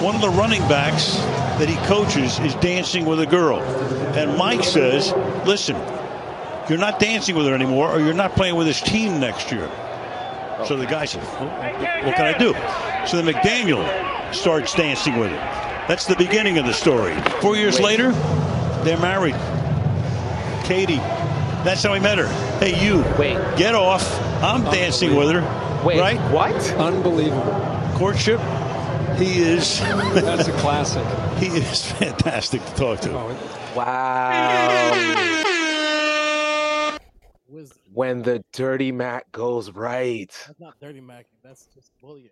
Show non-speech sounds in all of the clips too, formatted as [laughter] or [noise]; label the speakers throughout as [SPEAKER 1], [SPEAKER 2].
[SPEAKER 1] one of the running backs that he coaches is dancing with a girl. And Mike says, listen, you're not dancing with her anymore, or you're not playing with his team next year. So the guy says, well, what can I do? So the McDaniel starts dancing with her. That's the beginning of the story. Four years later, they're married. Katie. That's how he met her. Hey, you.
[SPEAKER 2] Wait. Oh,
[SPEAKER 1] Get off. I'm dancing with her.
[SPEAKER 2] Wait,
[SPEAKER 1] Right?
[SPEAKER 2] what?
[SPEAKER 3] Unbelievable.
[SPEAKER 1] Courtship. He is.
[SPEAKER 3] That's a classic.
[SPEAKER 1] He is [laughs] fantastic to talk to.
[SPEAKER 3] Oh, it-
[SPEAKER 2] Wow. When the dirty Mac goes right.
[SPEAKER 4] That's not dirty Mac. That's just bullying.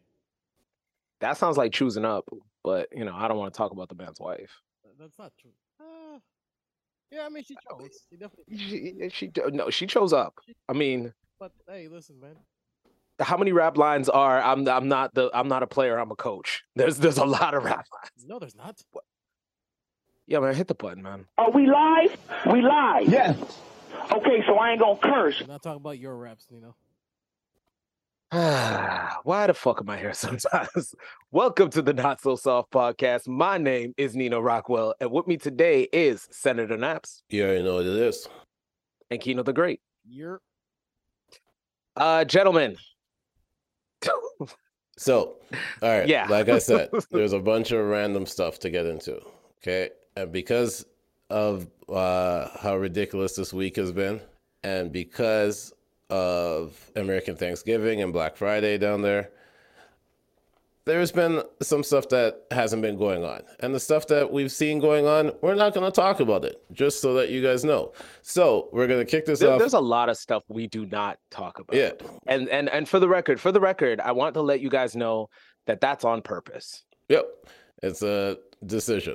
[SPEAKER 2] That sounds like choosing up, but you know, I don't want to talk about the man's wife.
[SPEAKER 4] That- That's not true. Uh, yeah, I mean she chose. She definitely.
[SPEAKER 2] She, she no, she chose up. I mean,
[SPEAKER 4] But hey, listen, man.
[SPEAKER 2] how many rap lines are I'm I'm not the I'm not a player, I'm a coach. There's there's a lot of rap lines.
[SPEAKER 4] No, there's not.
[SPEAKER 2] Yeah, man, hit the button, man.
[SPEAKER 5] Are we live? We live.
[SPEAKER 6] Yes.
[SPEAKER 5] Okay, so I ain't gonna curse.
[SPEAKER 4] We're not talking about your raps, Nino.
[SPEAKER 2] [sighs] Why the fuck am I here [laughs] sometimes? Welcome to the Not So Soft podcast. My name is Nino Rockwell, and with me today is Senator Naps
[SPEAKER 6] You already know what it is.
[SPEAKER 2] and Keno the Great.
[SPEAKER 4] You're
[SPEAKER 2] Uh, gentlemen. [laughs]
[SPEAKER 6] So, all right.
[SPEAKER 2] Yeah.
[SPEAKER 6] Like
[SPEAKER 2] [laughs]
[SPEAKER 6] I said, there's a bunch of random stuff to get into. Okay. And because of uh, how ridiculous this week has been, and because of American Thanksgiving and Black Friday down there, there's been some stuff that hasn't been going on. And the stuff that we've seen going on, we're not going to talk about it, just so that you guys know. So, we're going to kick this
[SPEAKER 2] There-
[SPEAKER 6] off.
[SPEAKER 2] there's a lot of stuff we do not talk about.
[SPEAKER 6] yeah.
[SPEAKER 2] And and and for the record, for the record, I want to let you guys know that that's on purpose.
[SPEAKER 6] Yep. It's a decision.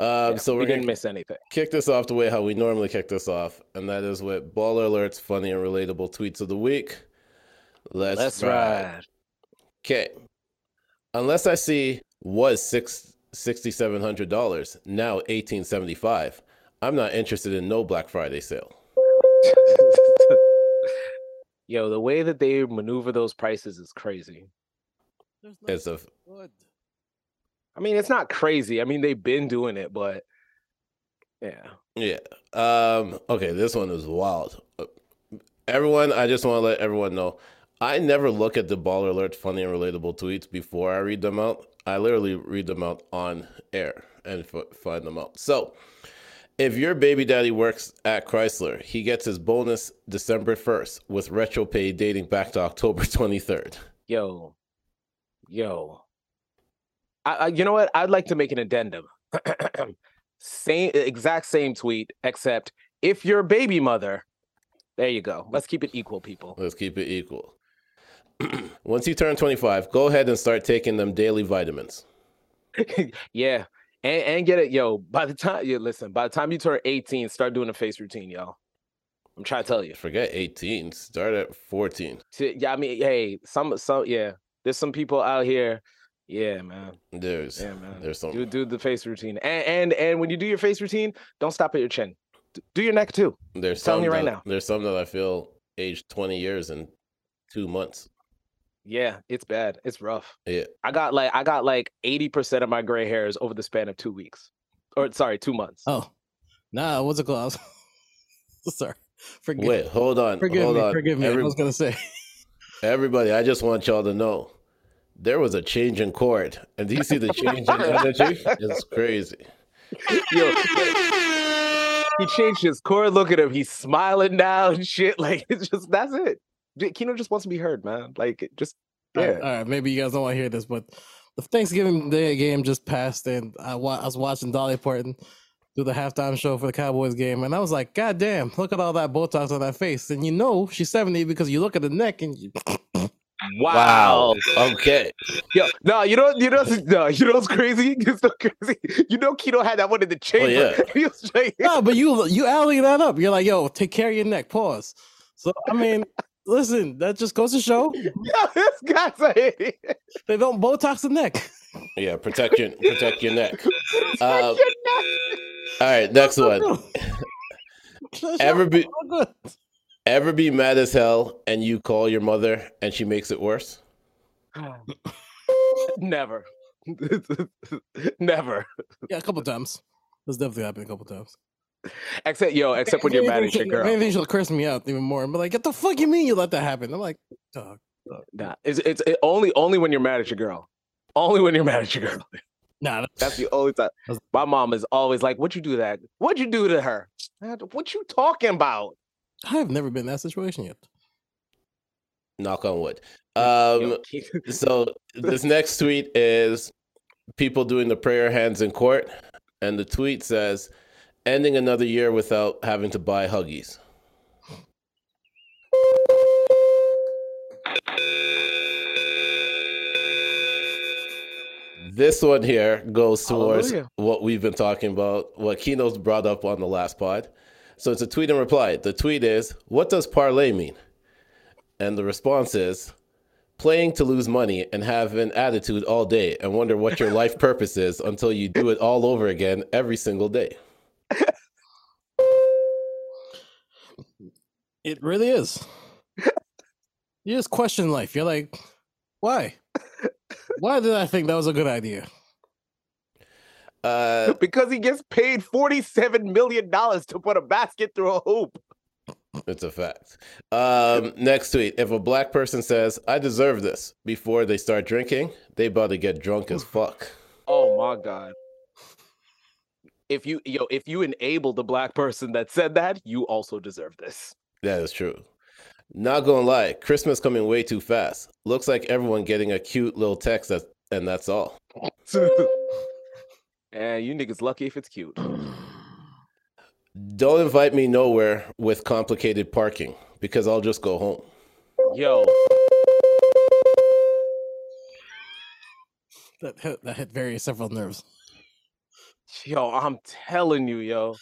[SPEAKER 6] Um,
[SPEAKER 2] Yeah,
[SPEAKER 6] so
[SPEAKER 2] we
[SPEAKER 6] we're going
[SPEAKER 2] didn't
[SPEAKER 6] to
[SPEAKER 2] miss anything.
[SPEAKER 6] kick this off the way how we normally kick this off, and that is with baller alerts, funny and relatable tweets of the week. Let's,
[SPEAKER 2] Let's
[SPEAKER 6] ride.
[SPEAKER 2] ride. [laughs]
[SPEAKER 6] Okay. Unless I see was six sixty seven hundred dollars now eighteen seventy five. I'm not interested in no Black Friday sale.
[SPEAKER 2] Yo, the way that they maneuver those prices is crazy.
[SPEAKER 4] there's no
[SPEAKER 6] It's a
[SPEAKER 4] good.
[SPEAKER 2] I mean, it's not crazy. I mean, they've been doing it, but yeah.
[SPEAKER 6] Yeah. Um, okay, this one is wild. Uh, Everyone, I just want to let everyone know I never look at the baller alert funny and relatable tweets before I read them out. I literally read them out on air and f- find them out. So, if your baby daddy works at Chrysler, he gets his bonus December 1st with retro pay dating back to October [laughs] 23rd.
[SPEAKER 2] Yo, yo. I, I, you know what? I'd like to make an addendum. [clears throat] same, exact same tweet, except if you're baby mother. There you go. Let's keep it equal, people.
[SPEAKER 6] Let's keep it equal. [clears throat] Once you turn 25, go ahead and start taking them daily vitamins.
[SPEAKER 2] yeah, and and get it, yo. By the time you listen, by the time you turn 18, start doing a face routine, yo. I'm trying to tell you.
[SPEAKER 6] Forget 18, start at 14.
[SPEAKER 2] Shit, Yeah, I mean, hey, some some yeah. There's some people out here. Yeah, man.
[SPEAKER 6] There's
[SPEAKER 2] Yeah, man.
[SPEAKER 6] there's some
[SPEAKER 2] Do do the face routine, and and and when you do your face routine, don't stop at your chin. D- Do your neck too.
[SPEAKER 6] there's
[SPEAKER 2] telling
[SPEAKER 6] some
[SPEAKER 2] you right
[SPEAKER 6] that-
[SPEAKER 2] now.
[SPEAKER 6] There's some that I feel aged 20 years and two months.
[SPEAKER 2] Yeah, it's bad. It's rough.
[SPEAKER 6] Yeah.
[SPEAKER 2] I got like I got like eighty percent of my gray hairs over the span of two weeks, or sorry, two months.
[SPEAKER 4] Oh, nah. What's it called? [laughs] Sorry. Forgive,
[SPEAKER 6] Wait, hold on,
[SPEAKER 4] forgive
[SPEAKER 6] hold
[SPEAKER 4] me.
[SPEAKER 6] on.
[SPEAKER 4] Forgive me.
[SPEAKER 6] Every-
[SPEAKER 4] I was gonna say.
[SPEAKER 6] everybody, I just want y'all to know there was a change in chord, and do you see the change in
[SPEAKER 4] [laughs]
[SPEAKER 6] energy? It's crazy.
[SPEAKER 2] [laughs] Yo, he changed his core. Look at him. He's smiling now and shit. [laughs] Like it's just that's it. J- Kino just wants to be heard, man. Like it just
[SPEAKER 4] All
[SPEAKER 2] yeah.
[SPEAKER 4] right, all right, maybe you guys don't want to hear this, but the Thanksgiving Day game just passed, and I, wa- I was watching Dolly Parton do the halftime show for the Cowboys game, and I was like, God damn, look at all that Botox on that face. And you know she's 70 because you look at the neck and you.
[SPEAKER 6] Okay.
[SPEAKER 2] Yo, no, you know, you know, [laughs] no, you know what's crazy? [laughs] It's so crazy. You know, Keto had that one in the chamber. [laughs]
[SPEAKER 6] [laughs] yeah.
[SPEAKER 2] He was like-
[SPEAKER 4] No, but you you alley that up. You're like, yo, take care of your neck. Pause. So, I mean, listen, that just goes to show
[SPEAKER 2] Yo, [laughs] this guy's a idiot.
[SPEAKER 4] they don't Botox the neck. [laughs]
[SPEAKER 6] Yeah, protect your protect your neck. Uh,
[SPEAKER 2] Like, you're
[SPEAKER 6] All right, next one. Ever be
[SPEAKER 4] Good.
[SPEAKER 6] ever be mad as hell and you call your mother and she makes it worse?
[SPEAKER 2] not- Never. [laughs] Never.
[SPEAKER 4] Yeah, a couple times. That's definitely happened a couple times.
[SPEAKER 2] Except yo, except when you're mad at your
[SPEAKER 4] Anything-
[SPEAKER 2] girl.
[SPEAKER 4] Anything she'll curse me out even more. But like, what the fuck you mean you let that happen? I'm like, dog.
[SPEAKER 2] Nah, it's it's it only only when you're mad at your girl. Only when you're mad at your girl. [laughs]
[SPEAKER 4] Nah,
[SPEAKER 2] That's the only time.
[SPEAKER 4] That's-
[SPEAKER 2] My mom is always like, "What'd you do that? What'd you do to her? Man, What you talking about?"
[SPEAKER 4] I've never been in that situation yet.
[SPEAKER 6] Knock on wood. Um, so this next tweet is people doing the prayer hands in court, and the tweet says, "Ending another year without having to buy Huggies." This one here goes towards
[SPEAKER 2] Hallelujah.
[SPEAKER 6] what we've been talking about, what Kino's brought up on the last pod. So it's a tweet and reply. The tweet is, "What does parlay mean?" And the response is, playing to lose money and have an attitude all day and wonder what your
[SPEAKER 4] [laughs]
[SPEAKER 6] life purpose is until you do it all over again every single day.
[SPEAKER 4] It really is. you just question life. You're like, why? Why did I think that was a good idea?
[SPEAKER 6] Uh,
[SPEAKER 2] [laughs] because he gets paid forty-seven million dollars to put a basket through a hoop.
[SPEAKER 6] it's a fact. Um, next tweet. If a black person says, I deserve this before they start drinking, they about to get drunk as fuck.
[SPEAKER 2] Oh my god! If you yo, if you enable the black person that said that, you also deserve this.
[SPEAKER 6] That is true. Not gonna lie, Christmas coming way too fast. Looks like everyone getting a cute little text, that, and that's all. [laughs]
[SPEAKER 2] and you niggas lucky if it's cute.
[SPEAKER 6] Don't invite me nowhere with complicated parking because I'll just go home.
[SPEAKER 2] Yo,
[SPEAKER 4] That hit, that hit very several nerves.
[SPEAKER 2] yo, I'm telling you, yo.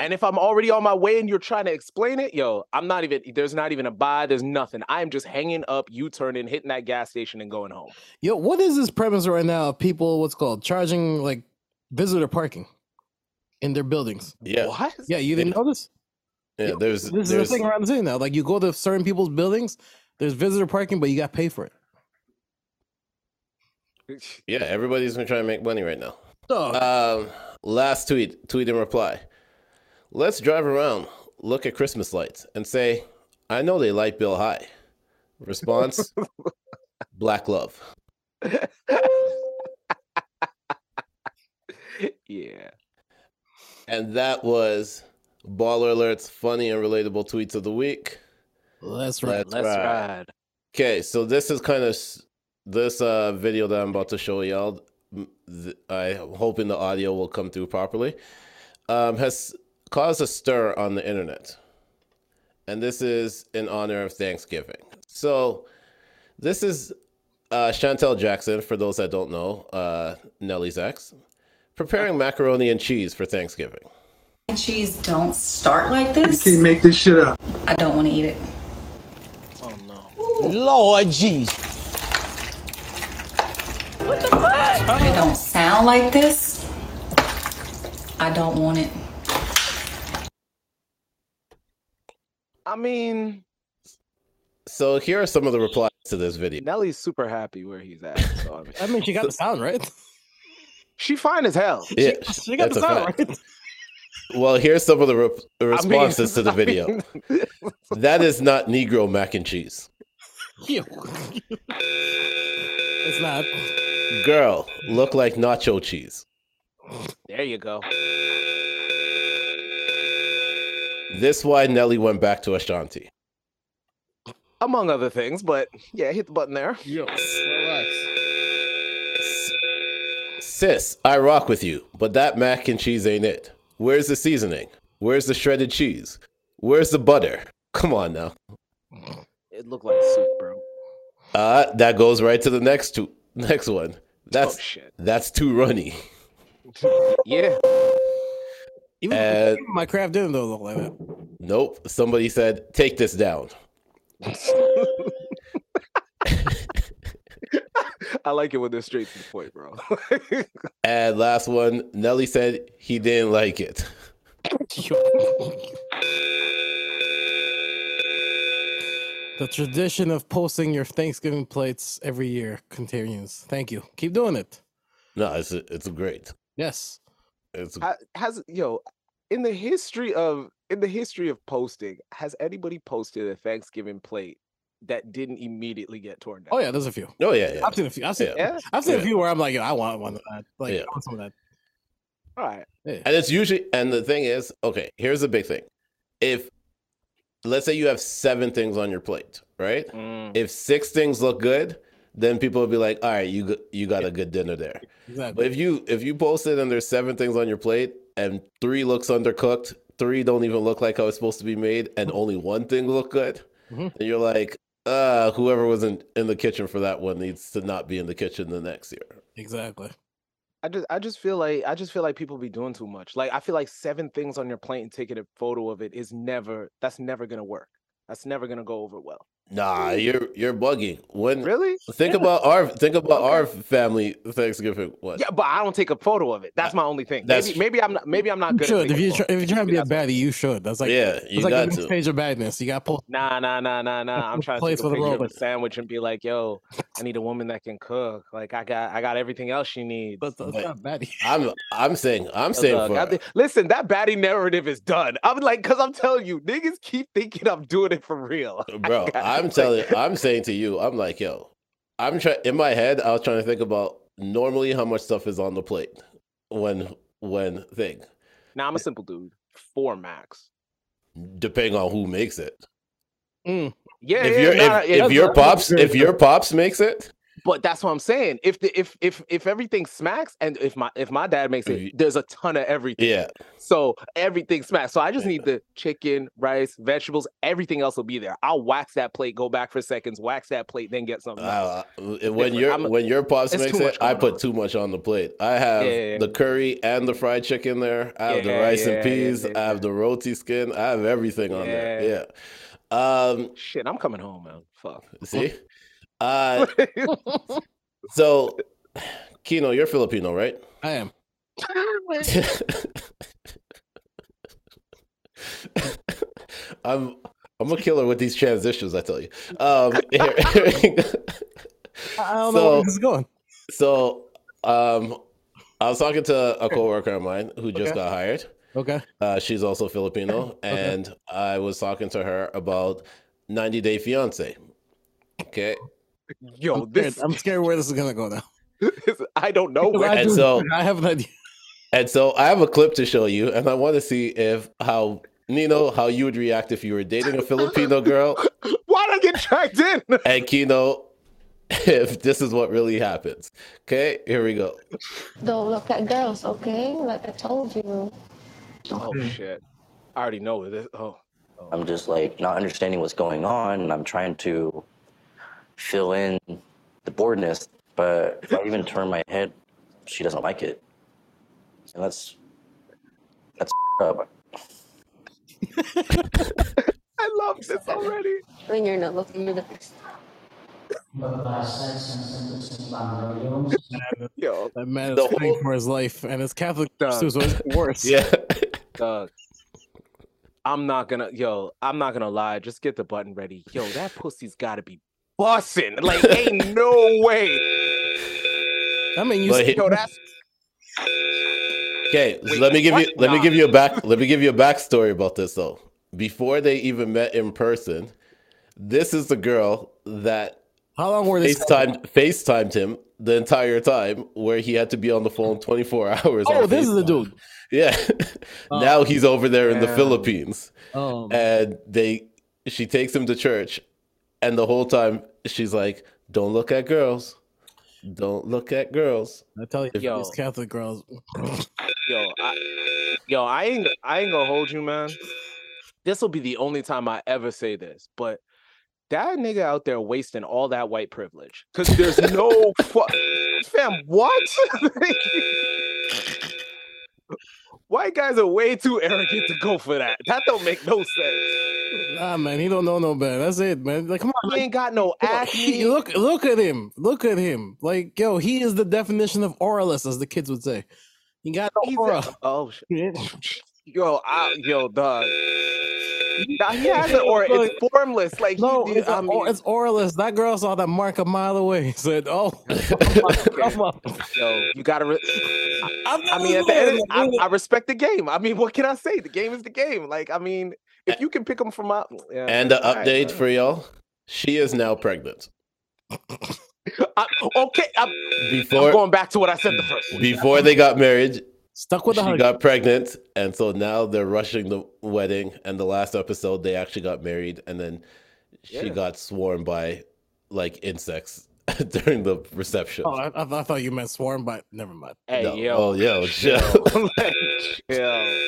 [SPEAKER 2] And if I'm already on my way and you're trying to explain it, yo, I'm not even. There's not even a buy. There's nothing. I'm just hanging up, U-turning, hitting that gas station, and going home.
[SPEAKER 4] Yo, what is this premise right now of people what's called charging like visitor parking in their buildings?
[SPEAKER 6] Yeah.
[SPEAKER 2] What?
[SPEAKER 4] Yeah, you didn't notice?
[SPEAKER 6] Yeah, there's
[SPEAKER 4] This
[SPEAKER 6] there's
[SPEAKER 4] is the thing around the city now. Like you go to certain people's buildings, there's visitor parking, but you got to pay for it.
[SPEAKER 6] yeah, everybody's been trying to make money right now.
[SPEAKER 4] Dog,
[SPEAKER 6] Um, last tweet, tweet in reply. Let's drive around, look at Christmas lights, and say, "I know they light bill high." Response: Black love.
[SPEAKER 2] [laughs] yeah.
[SPEAKER 6] And that was baller alerts, funny and relatable tweets of the week.
[SPEAKER 4] that's right.
[SPEAKER 6] Let's
[SPEAKER 2] Let's
[SPEAKER 6] ride.
[SPEAKER 2] ride.
[SPEAKER 6] Okay, so this is kind of s- this uh, video that I'm about to show y'all. m- th- I'm hoping the audio will come through properly. Um, has caused a stir on the internet, and this is in honor of Thanksgiving. So, this is uh, Chantel Jackson. For those that don't know, uh, Nellie's ex, preparing macaroni and cheese for Thanksgiving.
[SPEAKER 7] cheese don't start like this.
[SPEAKER 8] can't make this shit up.
[SPEAKER 7] I don't want to eat it.
[SPEAKER 9] Lord Jesus.
[SPEAKER 7] It don't sound like this. I don't want it.
[SPEAKER 2] I mean,
[SPEAKER 6] So, here are some of the replies to this video.
[SPEAKER 2] Nelly's super happy where he's [laughs] at. So I mean,
[SPEAKER 4] I mean,
[SPEAKER 6] [laughs]
[SPEAKER 4] she got the sound right. [laughs]
[SPEAKER 2] she fine as hell.
[SPEAKER 6] Yeah,
[SPEAKER 4] She got
[SPEAKER 6] that's
[SPEAKER 4] the
[SPEAKER 6] a
[SPEAKER 4] sound
[SPEAKER 6] fact.
[SPEAKER 4] right. [laughs]
[SPEAKER 6] Well, here's some of the rep-
[SPEAKER 2] [laughs] I mean-
[SPEAKER 6] responses to the
[SPEAKER 2] I
[SPEAKER 6] video.
[SPEAKER 2] mean,
[SPEAKER 6] That is not Negro mac and cheese.
[SPEAKER 4] Yo. it's not.
[SPEAKER 6] Girl, look like nacho cheese.
[SPEAKER 2] [laughs] there you go.
[SPEAKER 6] This why Nelly went back to Ashanti.
[SPEAKER 2] Among other things, but yeah, hit the button there.
[SPEAKER 6] Sis, I rock with you, but that mac and cheese ain't it. Where's the seasoning? Where's the shredded cheese? Where's the butter? Come on now.
[SPEAKER 2] It looked like soup, bro.
[SPEAKER 6] Uh, that goes right to the next two, next one. That's
[SPEAKER 2] oh shit.
[SPEAKER 6] that's too runny.
[SPEAKER 2] Yeah.
[SPEAKER 4] Even
[SPEAKER 6] And
[SPEAKER 4] my craft didn't though look like that. [laughs]
[SPEAKER 6] nope, somebody said take this down.
[SPEAKER 2] I like it when they're straight to the point, bro.
[SPEAKER 6] And last one, Nelly said he didn't like it.
[SPEAKER 4] Yo. The tradition of posting your Thanksgiving plates every year continues. Thank you. Keep doing it.
[SPEAKER 6] No, it's it's great.
[SPEAKER 4] Yes.
[SPEAKER 6] It's
[SPEAKER 2] [laughs] Ha- has yo in the history of in the history of posting has anybody posted a thanksgiving plate that didn't immediately get torn down
[SPEAKER 4] Oh yeah, there's a few.
[SPEAKER 6] oh yeah, yeah.
[SPEAKER 4] I've seen a few. I've seen.
[SPEAKER 6] Yeah.
[SPEAKER 2] yeah
[SPEAKER 4] I've seen a
[SPEAKER 6] Yeah.
[SPEAKER 4] few where I'm like, yo, I want one of that. Like,
[SPEAKER 6] Yeah.
[SPEAKER 4] I want some of that.
[SPEAKER 2] all right
[SPEAKER 4] Yeah.
[SPEAKER 6] And it's usually, and the thing is, okay, here's the big thing. If, let's say you have seven things on your plate, right?
[SPEAKER 2] Mm-hmm.
[SPEAKER 6] If six things look good, then people will be like, all right, you, go- you got a good dinner there. But
[SPEAKER 4] Exactly.
[SPEAKER 6] if you, if you post it and there's seven things on your plate and three looks undercooked, three don't even look like how it's supposed to be made, and only one thing look good,
[SPEAKER 4] Mhm.
[SPEAKER 6] then you're like, uh, whoever wasn't in the kitchen for that one needs to not be in the kitchen the next year.
[SPEAKER 4] Exactly.
[SPEAKER 2] i just i just feel like i just feel like people be doing too much like i feel like seven things on your plate and taking a photo of it is never that's never gonna work that's never gonna go over well
[SPEAKER 6] Nah, you're you're bugging. When
[SPEAKER 2] really
[SPEAKER 6] Think about our think about our family Thanksgiving. What?
[SPEAKER 2] yeah but i don't take a photo of it that's my only thing maybe,
[SPEAKER 6] that's tr-
[SPEAKER 2] maybe i'm not maybe i'm not
[SPEAKER 4] You
[SPEAKER 2] good at
[SPEAKER 4] should. If
[SPEAKER 2] taking
[SPEAKER 4] you
[SPEAKER 2] photos.
[SPEAKER 4] try, if you try to
[SPEAKER 2] Maybe
[SPEAKER 4] be a
[SPEAKER 2] that's what-
[SPEAKER 4] baddie, you should. That's like
[SPEAKER 6] yeah, you
[SPEAKER 4] It's like
[SPEAKER 6] got
[SPEAKER 4] the next
[SPEAKER 6] to.
[SPEAKER 4] page of badness. You got post.
[SPEAKER 2] Nah, nah, nah,
[SPEAKER 6] [laughs]
[SPEAKER 2] nah, nah. I'm
[SPEAKER 4] That's
[SPEAKER 2] trying to
[SPEAKER 4] place
[SPEAKER 2] take a
[SPEAKER 4] for the
[SPEAKER 2] picture of a
[SPEAKER 4] robot.
[SPEAKER 2] sandwich and be like, "Yo, I need a woman that can cook. Like, I got, I got everything else she needs."
[SPEAKER 4] But that's
[SPEAKER 6] But-
[SPEAKER 4] not baddie.
[SPEAKER 6] I'm I'm saying I'm
[SPEAKER 2] Cause,
[SPEAKER 6] saying
[SPEAKER 2] uh,
[SPEAKER 6] for
[SPEAKER 2] God da- listen, that baddie narrative is done. I'm like, cause I'm telling you, niggas keep thinking I'm doing it for real. [laughs]
[SPEAKER 6] bro. I'm telling. I'm saying to you. I'm like yo. I'm trying in my head. I was trying to think about normally how much stuff is on the plate when when thing
[SPEAKER 2] Now I'm a simple dude. Four max.
[SPEAKER 6] depending on who makes it.
[SPEAKER 2] Yeah,
[SPEAKER 6] if
[SPEAKER 2] yeah,
[SPEAKER 6] your
[SPEAKER 2] nah,
[SPEAKER 6] if,
[SPEAKER 2] yeah,
[SPEAKER 6] if your
[SPEAKER 2] that's-
[SPEAKER 6] pops if your pops makes it,
[SPEAKER 2] but that's what I'm saying. If the if if if everything smacks, and if my if my dad makes
[SPEAKER 6] If you-
[SPEAKER 2] it, there's a ton of everything.
[SPEAKER 6] yeah,
[SPEAKER 2] So everything smashed. So I just
[SPEAKER 6] Yeah.
[SPEAKER 2] need the chicken, rice, vegetables. Everything else will be there. I'll wax that plate, go back for seconds, wax that plate, then get something. else.
[SPEAKER 6] Uh, when
[SPEAKER 2] different.
[SPEAKER 6] your
[SPEAKER 2] I'm-
[SPEAKER 6] when your pops
[SPEAKER 2] it's
[SPEAKER 6] makes
[SPEAKER 2] too
[SPEAKER 6] it,
[SPEAKER 2] much
[SPEAKER 6] I
[SPEAKER 2] going
[SPEAKER 6] put
[SPEAKER 2] on.
[SPEAKER 6] too much on the plate. I have
[SPEAKER 2] Yeah, yeah, yeah.
[SPEAKER 6] the curry and the fried chicken there. I have the
[SPEAKER 2] Yeah,
[SPEAKER 6] rice
[SPEAKER 2] yeah,
[SPEAKER 6] and peas.
[SPEAKER 2] yeah, yeah,
[SPEAKER 6] I have the roti skin. I have everything on there. Yeah. Um.
[SPEAKER 2] Shit, I'm coming home, man. Fuck. [laughs]
[SPEAKER 6] See. Uh. So, Kino, you're Filipino, right? [laughs]
[SPEAKER 4] I am.
[SPEAKER 6] I'm. I'm a killer with these transitions. I tell you. Um. here- [laughs]
[SPEAKER 4] I I don't know where
[SPEAKER 6] So-
[SPEAKER 4] this is going.
[SPEAKER 6] So, um, I was talking to a coworker of mine who just got hired.
[SPEAKER 4] Okay.
[SPEAKER 6] Uh, she's also Filipino, and I was talking to her about 90 Day Fiance. Okay,
[SPEAKER 2] Yo,
[SPEAKER 4] I'm scared.
[SPEAKER 2] this,
[SPEAKER 4] I'm scared where this is gonna go now.
[SPEAKER 2] this I don't know where.
[SPEAKER 4] I,
[SPEAKER 6] Oh, and
[SPEAKER 4] do-
[SPEAKER 6] so-
[SPEAKER 4] [laughs] I have an idea.
[SPEAKER 6] and so I have a clip to show you, and I want to see if how Nino, how you would react if you were dating a Filipino girl,
[SPEAKER 2] [laughs] Why'd I get dragged in? [laughs]
[SPEAKER 6] and Kino, [laughs] if this is what really happens. Okay, here we go.
[SPEAKER 8] Don't look at girls, okay? Like I told you.
[SPEAKER 2] oh
[SPEAKER 4] Mm.
[SPEAKER 2] shit. I already know this. Oh.
[SPEAKER 9] I'm just like not understanding what's going on, and I'm trying to fill in the boredness. But if I even turn my head, she doesn't like it, and that's that's up.
[SPEAKER 2] I love this already.
[SPEAKER 8] When you're not looking at the first
[SPEAKER 2] Yo,
[SPEAKER 4] That man
[SPEAKER 6] The
[SPEAKER 4] is fighting
[SPEAKER 6] whole-
[SPEAKER 4] for his life, and his Catholic
[SPEAKER 2] Dog.
[SPEAKER 4] too, so
[SPEAKER 6] [laughs]
[SPEAKER 4] it's worse.
[SPEAKER 6] Yeah,
[SPEAKER 2] Doug. I'm not gonna yo, I'm not gonna lie. Just get the button ready. Yo, that pussy's gotta be bussin'. Like, ain't no way.
[SPEAKER 4] I mean, you.
[SPEAKER 6] But
[SPEAKER 4] see-
[SPEAKER 6] he-
[SPEAKER 2] Yo, that's
[SPEAKER 6] Okay, so
[SPEAKER 2] Wait,
[SPEAKER 6] let me give you
[SPEAKER 2] what?
[SPEAKER 6] let me
[SPEAKER 2] Nah.
[SPEAKER 6] give you a back let me give you a backstory about this though. Before they even met in person, this is the girl that
[SPEAKER 4] how long were they?
[SPEAKER 6] FaceTimed FaceTimed him the entire time where he had to be on the phone 24 [laughs] hours.
[SPEAKER 4] Oh,
[SPEAKER 6] on
[SPEAKER 4] this is the
[SPEAKER 6] FaceTime.
[SPEAKER 4] dude.
[SPEAKER 6] Yeah. now he's over there in the
[SPEAKER 2] Yeah.
[SPEAKER 6] Philippines
[SPEAKER 4] Oh,
[SPEAKER 6] and they she takes him to church and the whole time she's like, "Don't look at girls. Don't look at girls."
[SPEAKER 4] I tell you,
[SPEAKER 2] Yo.
[SPEAKER 4] these Catholic girls. [laughs]
[SPEAKER 2] yo, I, yo, I ain't I ain't gonna hold you, man. This will be the only time I ever say this, but that nigga out there wasting all that white privilege because there's no fu- fam. What? [laughs] White guys are way too arrogant to go for that. That don't make no sense.
[SPEAKER 4] Nah, man, he don't know no better. That's it, man. Like, come on.
[SPEAKER 2] He
[SPEAKER 4] Like,
[SPEAKER 2] ain't got no
[SPEAKER 4] he-
[SPEAKER 2] acne.
[SPEAKER 4] [laughs] look, look at him. Look at him. Like, yo, he is the definition of auralist, as the kids would say. He got no [laughs]
[SPEAKER 2] He's
[SPEAKER 4] aura.
[SPEAKER 2] a- oh, sh- yo, I, yo, dog. Nah, he hasn't, or it's formless. Like he-
[SPEAKER 4] No,
[SPEAKER 2] he's
[SPEAKER 4] it's,
[SPEAKER 2] a-
[SPEAKER 4] um, or- it's Oralist. That girl saw that mark a mile away. Said, [laughs] "Oh, come [laughs] on."
[SPEAKER 2] yo, you gotta. Re- I
[SPEAKER 4] I
[SPEAKER 2] mean, at the [laughs] end, of- I, I respect the game. I mean, what can I say? The game is the game. Like, I mean, if you can pick them from out, mm, yeah,
[SPEAKER 6] And the
[SPEAKER 2] all right,
[SPEAKER 6] update
[SPEAKER 2] all
[SPEAKER 6] for y'all: she is now pregnant.
[SPEAKER 2] right. I- okay, I'm, I'm
[SPEAKER 6] Before
[SPEAKER 2] going back to what I
[SPEAKER 6] Mm,
[SPEAKER 2] said the first. One.
[SPEAKER 6] before they got married,
[SPEAKER 4] stuck with the
[SPEAKER 6] she
[SPEAKER 4] hug.
[SPEAKER 6] got pregnant, and so now they're rushing the wedding. And the last episode, they actually got married, and then she
[SPEAKER 2] Yeah.
[SPEAKER 6] got swarmed by like insects [laughs] during the reception.
[SPEAKER 4] oh, I, I, thought- I thought you meant swarm, but never [laughs] mind.
[SPEAKER 2] Hey,
[SPEAKER 6] No.
[SPEAKER 2] yo, [laughs]
[SPEAKER 6] Oh, yo, chill,
[SPEAKER 2] Like, yo.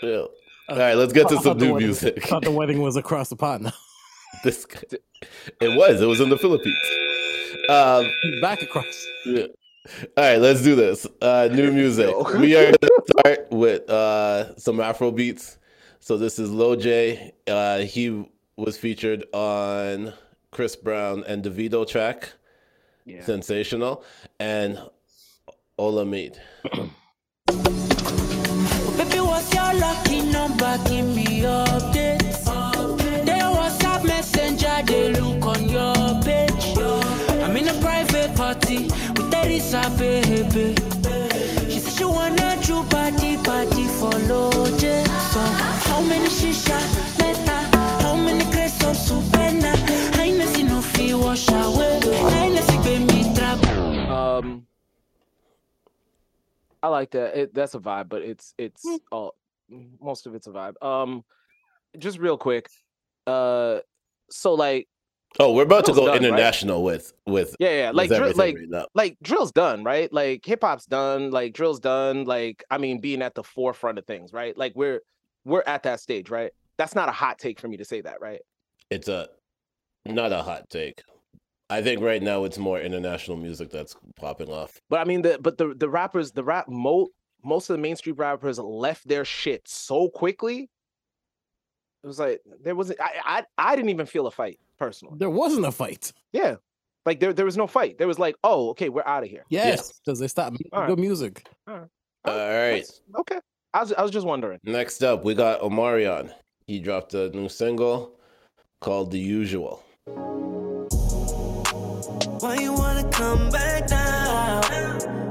[SPEAKER 6] chill. All right, let's get to
[SPEAKER 4] I
[SPEAKER 6] some
[SPEAKER 4] thought the
[SPEAKER 6] new
[SPEAKER 4] wedding-
[SPEAKER 6] music. [laughs]
[SPEAKER 4] I thought the wedding was across the pond. Now
[SPEAKER 6] This, guy- it was, it was in the Philippines. Um,
[SPEAKER 4] [laughs] back across.
[SPEAKER 6] Yeah. All right, let's do this. Uh, new
[SPEAKER 2] [laughs]
[SPEAKER 6] music.
[SPEAKER 2] Yo.
[SPEAKER 6] we are gonna start with uh, some Afro beats. So this is Lil J. Uh, he was featured on Chris Brown and DeVito track
[SPEAKER 2] Yeah.
[SPEAKER 6] "Sensational" and Ola Mead.
[SPEAKER 10] Baby, what's your lucky number? Give me updates. They WhatsApp messenger, they look on your page. I'm in a private party with Elisa, baby. She said she wanna do party, party for Loje. So, how many shisha, meta? How many crates of supena? Hennessy no fee wash away. Hennessy baby trap.
[SPEAKER 2] Um, I like that. It, that's a vibe, but it's it's all most of it's a vibe. Um, just real quick. Uh, so like
[SPEAKER 6] Oh, we're about to
[SPEAKER 2] That was
[SPEAKER 6] go
[SPEAKER 2] done, right?
[SPEAKER 6] international with with,
[SPEAKER 2] yeah, yeah like
[SPEAKER 6] with
[SPEAKER 2] dri-
[SPEAKER 6] everything
[SPEAKER 2] like
[SPEAKER 6] right now.
[SPEAKER 2] like drill's done, right? Like hip hop's done, like drill's done, like I mean being at the forefront of things, right? Like we're we're at that stage, right? That's not a hot take for me to say that, right?
[SPEAKER 6] It's a not a hot take. I think right now it's more international music that's popping off.
[SPEAKER 2] But I mean the but the the rappers, the rap mo most of the mainstream rappers left their shit so quickly. It was like there wasn't I I, I didn't even feel a fight personally.
[SPEAKER 4] There wasn't a fight.
[SPEAKER 2] Yeah. Like there there was no fight. There was like, oh, okay, we're out of here.
[SPEAKER 4] Yes, because they stopped making
[SPEAKER 2] All right.
[SPEAKER 4] good music.
[SPEAKER 2] Oh,
[SPEAKER 6] All right.
[SPEAKER 2] that's- Okay. I was I was just wondering.
[SPEAKER 6] Next up, we got Omarion. He dropped a new single called The Usual.
[SPEAKER 10] Why you wanna come back now?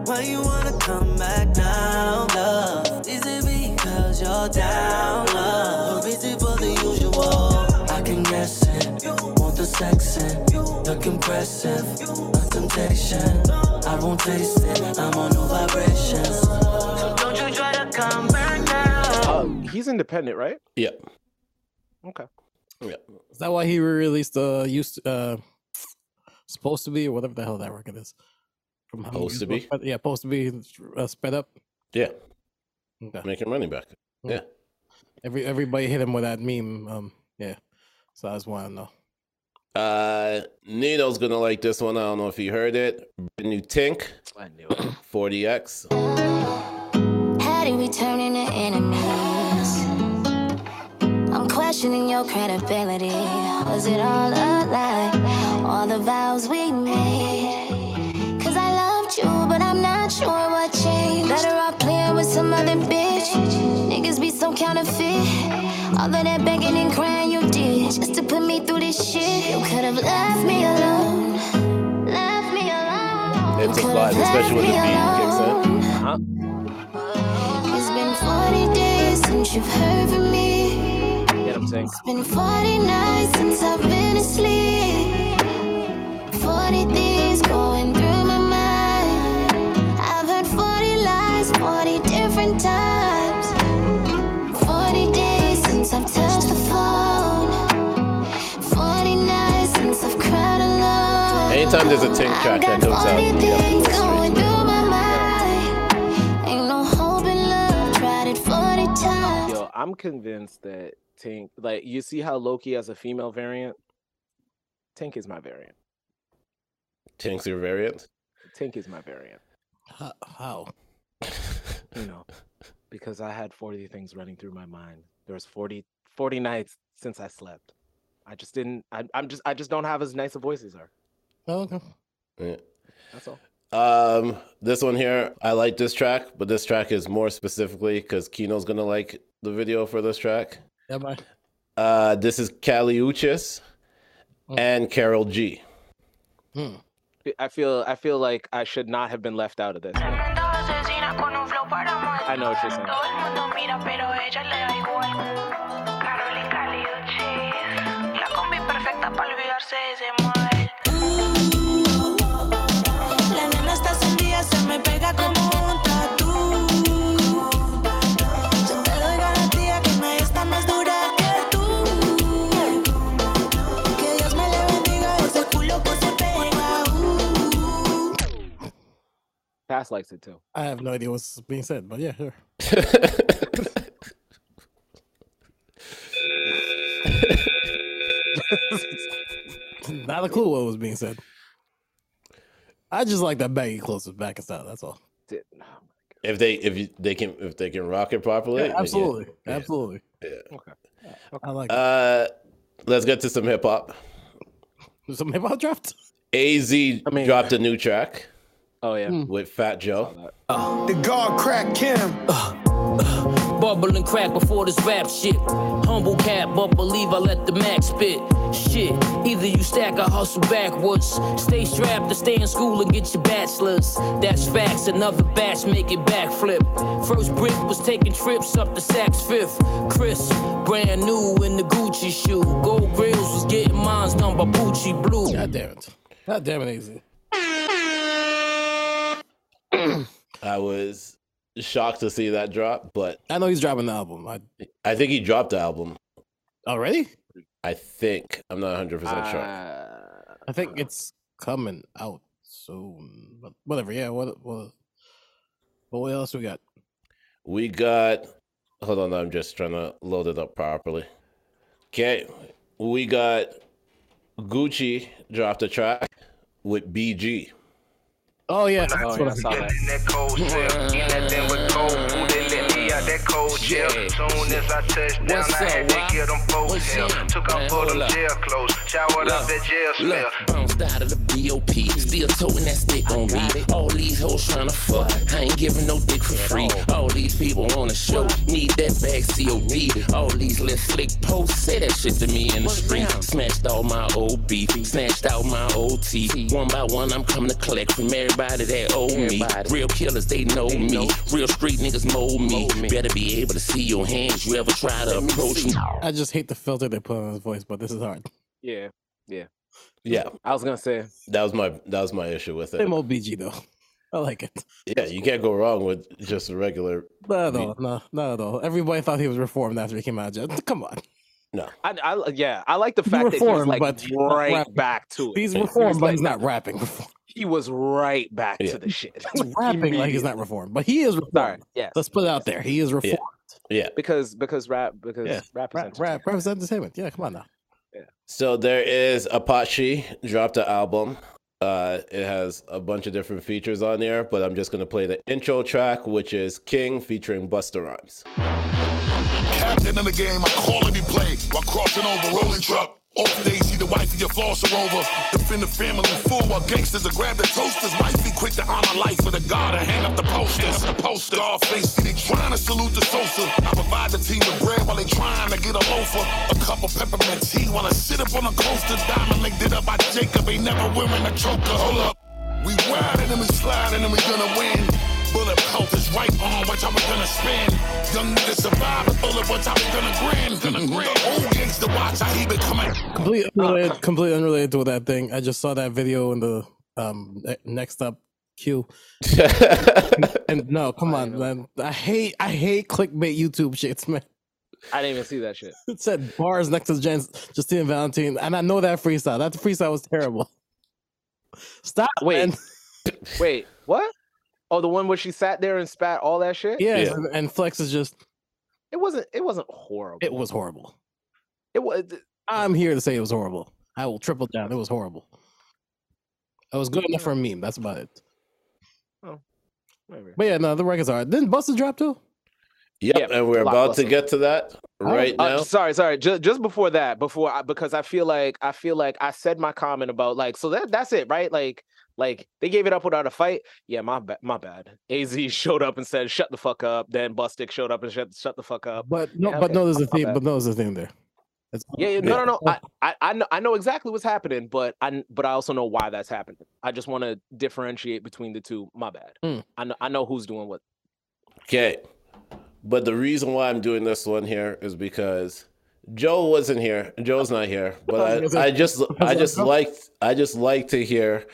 [SPEAKER 10] Why you wanna come back now, love? Is it because you're down, love? Or is it for the usual? I can guess it. Want the sex in, look impressive. A temptation, I won't taste it. I'm on no vibrations. So don't you try to come back now.
[SPEAKER 2] Uh, he's independent, right?
[SPEAKER 6] Yeah.
[SPEAKER 2] Okay.
[SPEAKER 6] Yeah.
[SPEAKER 4] Is that why he re-released uh used uh supposed to be or whatever the hell that record is? From how many
[SPEAKER 6] Supposed to
[SPEAKER 4] years ago? Yeah, supposed to be uh, sped up.
[SPEAKER 6] Yeah.
[SPEAKER 4] Okay.
[SPEAKER 6] Making money back. Yeah.
[SPEAKER 4] Every everybody hit him with that meme. Um, yeah. So I just want to know.
[SPEAKER 6] Uh Nino's gonna like this one. I don't know if you heard it. Brand new Tink,
[SPEAKER 2] I knew
[SPEAKER 6] [clears throat]
[SPEAKER 2] it.
[SPEAKER 6] 40X.
[SPEAKER 11] How do we turn into enemies? I'm questioning your credibility. Was it all a lie? All the vows we made. Cause I loved you, but I'm not sure what changed. Better off playing with some other bitch. Niggas be so counterfeit. All of that begging and crying you did just to put me through this shit. You could have left me alone. Left me alone.
[SPEAKER 6] It's a
[SPEAKER 11] Could've
[SPEAKER 6] vibe, especially when the
[SPEAKER 11] left me
[SPEAKER 6] beat kicks in.
[SPEAKER 11] alone.
[SPEAKER 2] Huh?
[SPEAKER 11] It's been 40 days since you've heard from me.
[SPEAKER 2] Get him saying.
[SPEAKER 11] It's been 40 nights since I've been asleep. 40 things going through my mind. I've heard 40 lies, 40 different times. 40 days since I've touched the phone. 40 nights since I've cried alone.
[SPEAKER 6] Anytime there's a Tink track that comes out, you have to go straight.
[SPEAKER 11] out.
[SPEAKER 2] [laughs] Yo, I'm convinced that Tink, like, you see how Loki has a female variant? Tink is my variant.
[SPEAKER 6] Tink's your variant.
[SPEAKER 2] Tink is my variant,
[SPEAKER 4] How? how?
[SPEAKER 2] you know, because I had 40 things running through my mind. There was 40, 40 nights since I slept. I just didn't, I, I'm just, I just don't have as nice a voice as her.
[SPEAKER 4] Oh, okay.
[SPEAKER 6] Yeah.
[SPEAKER 2] That's all.
[SPEAKER 6] Um, this one here, I like this track, but this track is more specifically because Kino's gonna like the video for this track.
[SPEAKER 4] Yeah, bye.
[SPEAKER 6] Uh, this is Cali Uchis
[SPEAKER 4] Mm.
[SPEAKER 6] and Carol G.
[SPEAKER 2] I feel I feel like I should not have been left out of this. I know what you're saying.
[SPEAKER 10] La nena está encendida, se me pega como un tatu. Yo te doy garantía que nadie está más dura que tú. Que Dios me le bendiga ese culo que se pega.
[SPEAKER 2] Cass likes it too.
[SPEAKER 4] I have no idea what's being said, but yeah, sure. [laughs] Not a clue what was being said. I just like that baggy clothes with back and style. That's all.
[SPEAKER 6] If they if you, they can if they can rock it properly,
[SPEAKER 4] Yeah,
[SPEAKER 6] then yeah.
[SPEAKER 4] absolutely, absolutely.
[SPEAKER 2] Okay.
[SPEAKER 4] I like
[SPEAKER 6] Uh, let's get to some hip hop.
[SPEAKER 4] that. some hip hop dropped.
[SPEAKER 6] AZ dropped a new track.
[SPEAKER 2] Oh yeah,
[SPEAKER 6] with Fat Joe.
[SPEAKER 12] The guard crack Kim.
[SPEAKER 13] Bubbling crack before this rap shit. Humble cat, but believe I let the max spit. Shit, either you stack or hustle backwards. Stay strapped to stay in school and get your bachelor's. That's facts, another batch make it backflip. First brick was taking trips up to Saks Fifth. Chris, brand new in the Gucci shoe. Gold grills was getting mines done by Gucci Blue.
[SPEAKER 4] God damn it. God damn it, easy.
[SPEAKER 6] I was shocked to see that drop, but
[SPEAKER 4] I know he's dropping the album. I,
[SPEAKER 6] I think he dropped the album
[SPEAKER 4] already.
[SPEAKER 6] I think I'm not 100
[SPEAKER 4] Ah,
[SPEAKER 6] percent sure.
[SPEAKER 2] Uh,
[SPEAKER 4] I think it's coming out soon. But whatever. Yeah. What? What? But what else we got?
[SPEAKER 6] We got. Hold on, I'm just trying to load it up properly. Okay, we got Gucci dropped a track with BG.
[SPEAKER 4] Oh yeah.
[SPEAKER 6] Oh, yeah, I saw that.
[SPEAKER 14] that cold sip. In that thing with gold. Ooh, they let me out that cold jail. Soon as I touched down, I had to get them both hell. Took off all them jail clothes. Showered up that jail smell.
[SPEAKER 13] Look, bounced out of the BOP, still toting that stick on me. All these hoes tryna fuck, I ain't giving no dick for free. All these people on the show need that bag COD. All these little slick posts say that shit to me in the street. Smashed all my old beef, snatched out my old teeth. One by one, I'm coming to collect from everybody that owe me. Real killers, they know me. Real street niggas mold me. Better be able to see your hands. You ever try to approach me?
[SPEAKER 4] I just hate the filter they put on his voice, but this is hard.
[SPEAKER 2] Yeah, yeah.
[SPEAKER 6] Yeah,
[SPEAKER 2] I was gonna say
[SPEAKER 6] that was my that was my issue with it.
[SPEAKER 4] Same old BG though. [laughs] I like it.
[SPEAKER 6] Yeah, you can't go wrong with just a regular.
[SPEAKER 4] Not at all. No, not at all. Everybody thought he was reformed after he came out. of jail. Come on.
[SPEAKER 6] No.
[SPEAKER 2] I, I yeah, I like the fact that he was
[SPEAKER 4] reformed,
[SPEAKER 2] like
[SPEAKER 4] but he's not
[SPEAKER 2] right
[SPEAKER 4] rapping.
[SPEAKER 2] back to it.
[SPEAKER 4] He's
[SPEAKER 2] He was
[SPEAKER 4] reformed, but
[SPEAKER 2] like-
[SPEAKER 4] he's not rapping.
[SPEAKER 2] [laughs]
[SPEAKER 4] Reformed.
[SPEAKER 2] He was right back
[SPEAKER 4] Yeah.
[SPEAKER 2] to the [laughs] shit.
[SPEAKER 4] He's rapping like he's not reformed, but he is reformed.
[SPEAKER 2] yes.
[SPEAKER 4] Let's put it out there. He is reformed.
[SPEAKER 6] Yeah,
[SPEAKER 2] because because rap because
[SPEAKER 4] Yeah.
[SPEAKER 2] rap is
[SPEAKER 4] Rap, rap, rap is entertainment. Yeah, come on now.
[SPEAKER 6] So there is Apache dropped an album. Uh, it has a bunch of different features on there, but I'm just gonna play the intro track, which is King featuring Busta Rhymes. [laughs]
[SPEAKER 15] Captain in the game, I call every play while crossing over rolling truck. Off days, see the wifey, your floss are over. Defend the family fool while gangsters are grab the toasters. Wifey quick to honor life for the god and hang up the posters. The poster, all face, see they trying to salute the Sosa. I provide the team with bread while they trying to get a loafer. A cup of peppermint tea while I sit up on a coaster. Diamond linked it up by Jacob, ain't never wearing a choker. Hold up. We riding and we sliding and we gonna win. Bullet pelt his right arm, watch how we gonna spin. Young nigga survive a bullet, watch how we gonna grin. Gonna grin. The old gangster, watch how he becoming. [laughs]
[SPEAKER 4] Completely unrelated, completely unrelated to that thing. I just saw that video in the um ne- next up queue. and no, come on, man. I hate I hate clickbait YouTube shits, man. [laughs]
[SPEAKER 2] I didn't even see that shit.
[SPEAKER 4] It said bars next to Jen, Justine Valentine, and I know that freestyle. That freestyle was terrible. Stop. Wait. [laughs]
[SPEAKER 2] Wait, what? Oh, the one where she sat there and spat all that shit.
[SPEAKER 4] Yeah, And, and Flex is just
[SPEAKER 2] it wasn't. It wasn't horrible.
[SPEAKER 4] it was horrible.
[SPEAKER 2] It was.
[SPEAKER 4] I'm here to say it was horrible. I will triple down. It was horrible. It was good enough for a meme. That's about it.
[SPEAKER 2] Oh, Whatever.
[SPEAKER 4] But yeah, no, the records are. Didn't Buster drop too?
[SPEAKER 6] Yep, and we're about to
[SPEAKER 2] Blockbuster.
[SPEAKER 6] get to that right
[SPEAKER 2] Uh,
[SPEAKER 6] now.
[SPEAKER 2] sorry, sorry. Just, just before that, before I, because I feel like I feel like I said my comment about like so that that's it, right? Like like they gave it up without a fight. Yeah, my bad. My bad. Az [laughs] showed up and said, "Shut the fuck up." Then Bustick showed up and shut shut the fuck up.
[SPEAKER 4] But no,
[SPEAKER 2] Yeah,
[SPEAKER 4] but
[SPEAKER 2] okay.
[SPEAKER 4] no, there's a
[SPEAKER 2] My
[SPEAKER 4] theme.
[SPEAKER 2] bad.
[SPEAKER 4] But no, there's a theme there. It's
[SPEAKER 2] Yeah, yeah, no, no, no. I, I, I know, I know exactly what's happening, but I, but I also know why that's happening. I just want to differentiate between the two. My bad.
[SPEAKER 4] Mm.
[SPEAKER 2] I know, I know who's doing what.
[SPEAKER 6] Okay. But the reason why I'm doing this one here is because Joe wasn't here. Joe's not here. But I, I just I just liked I just like to hear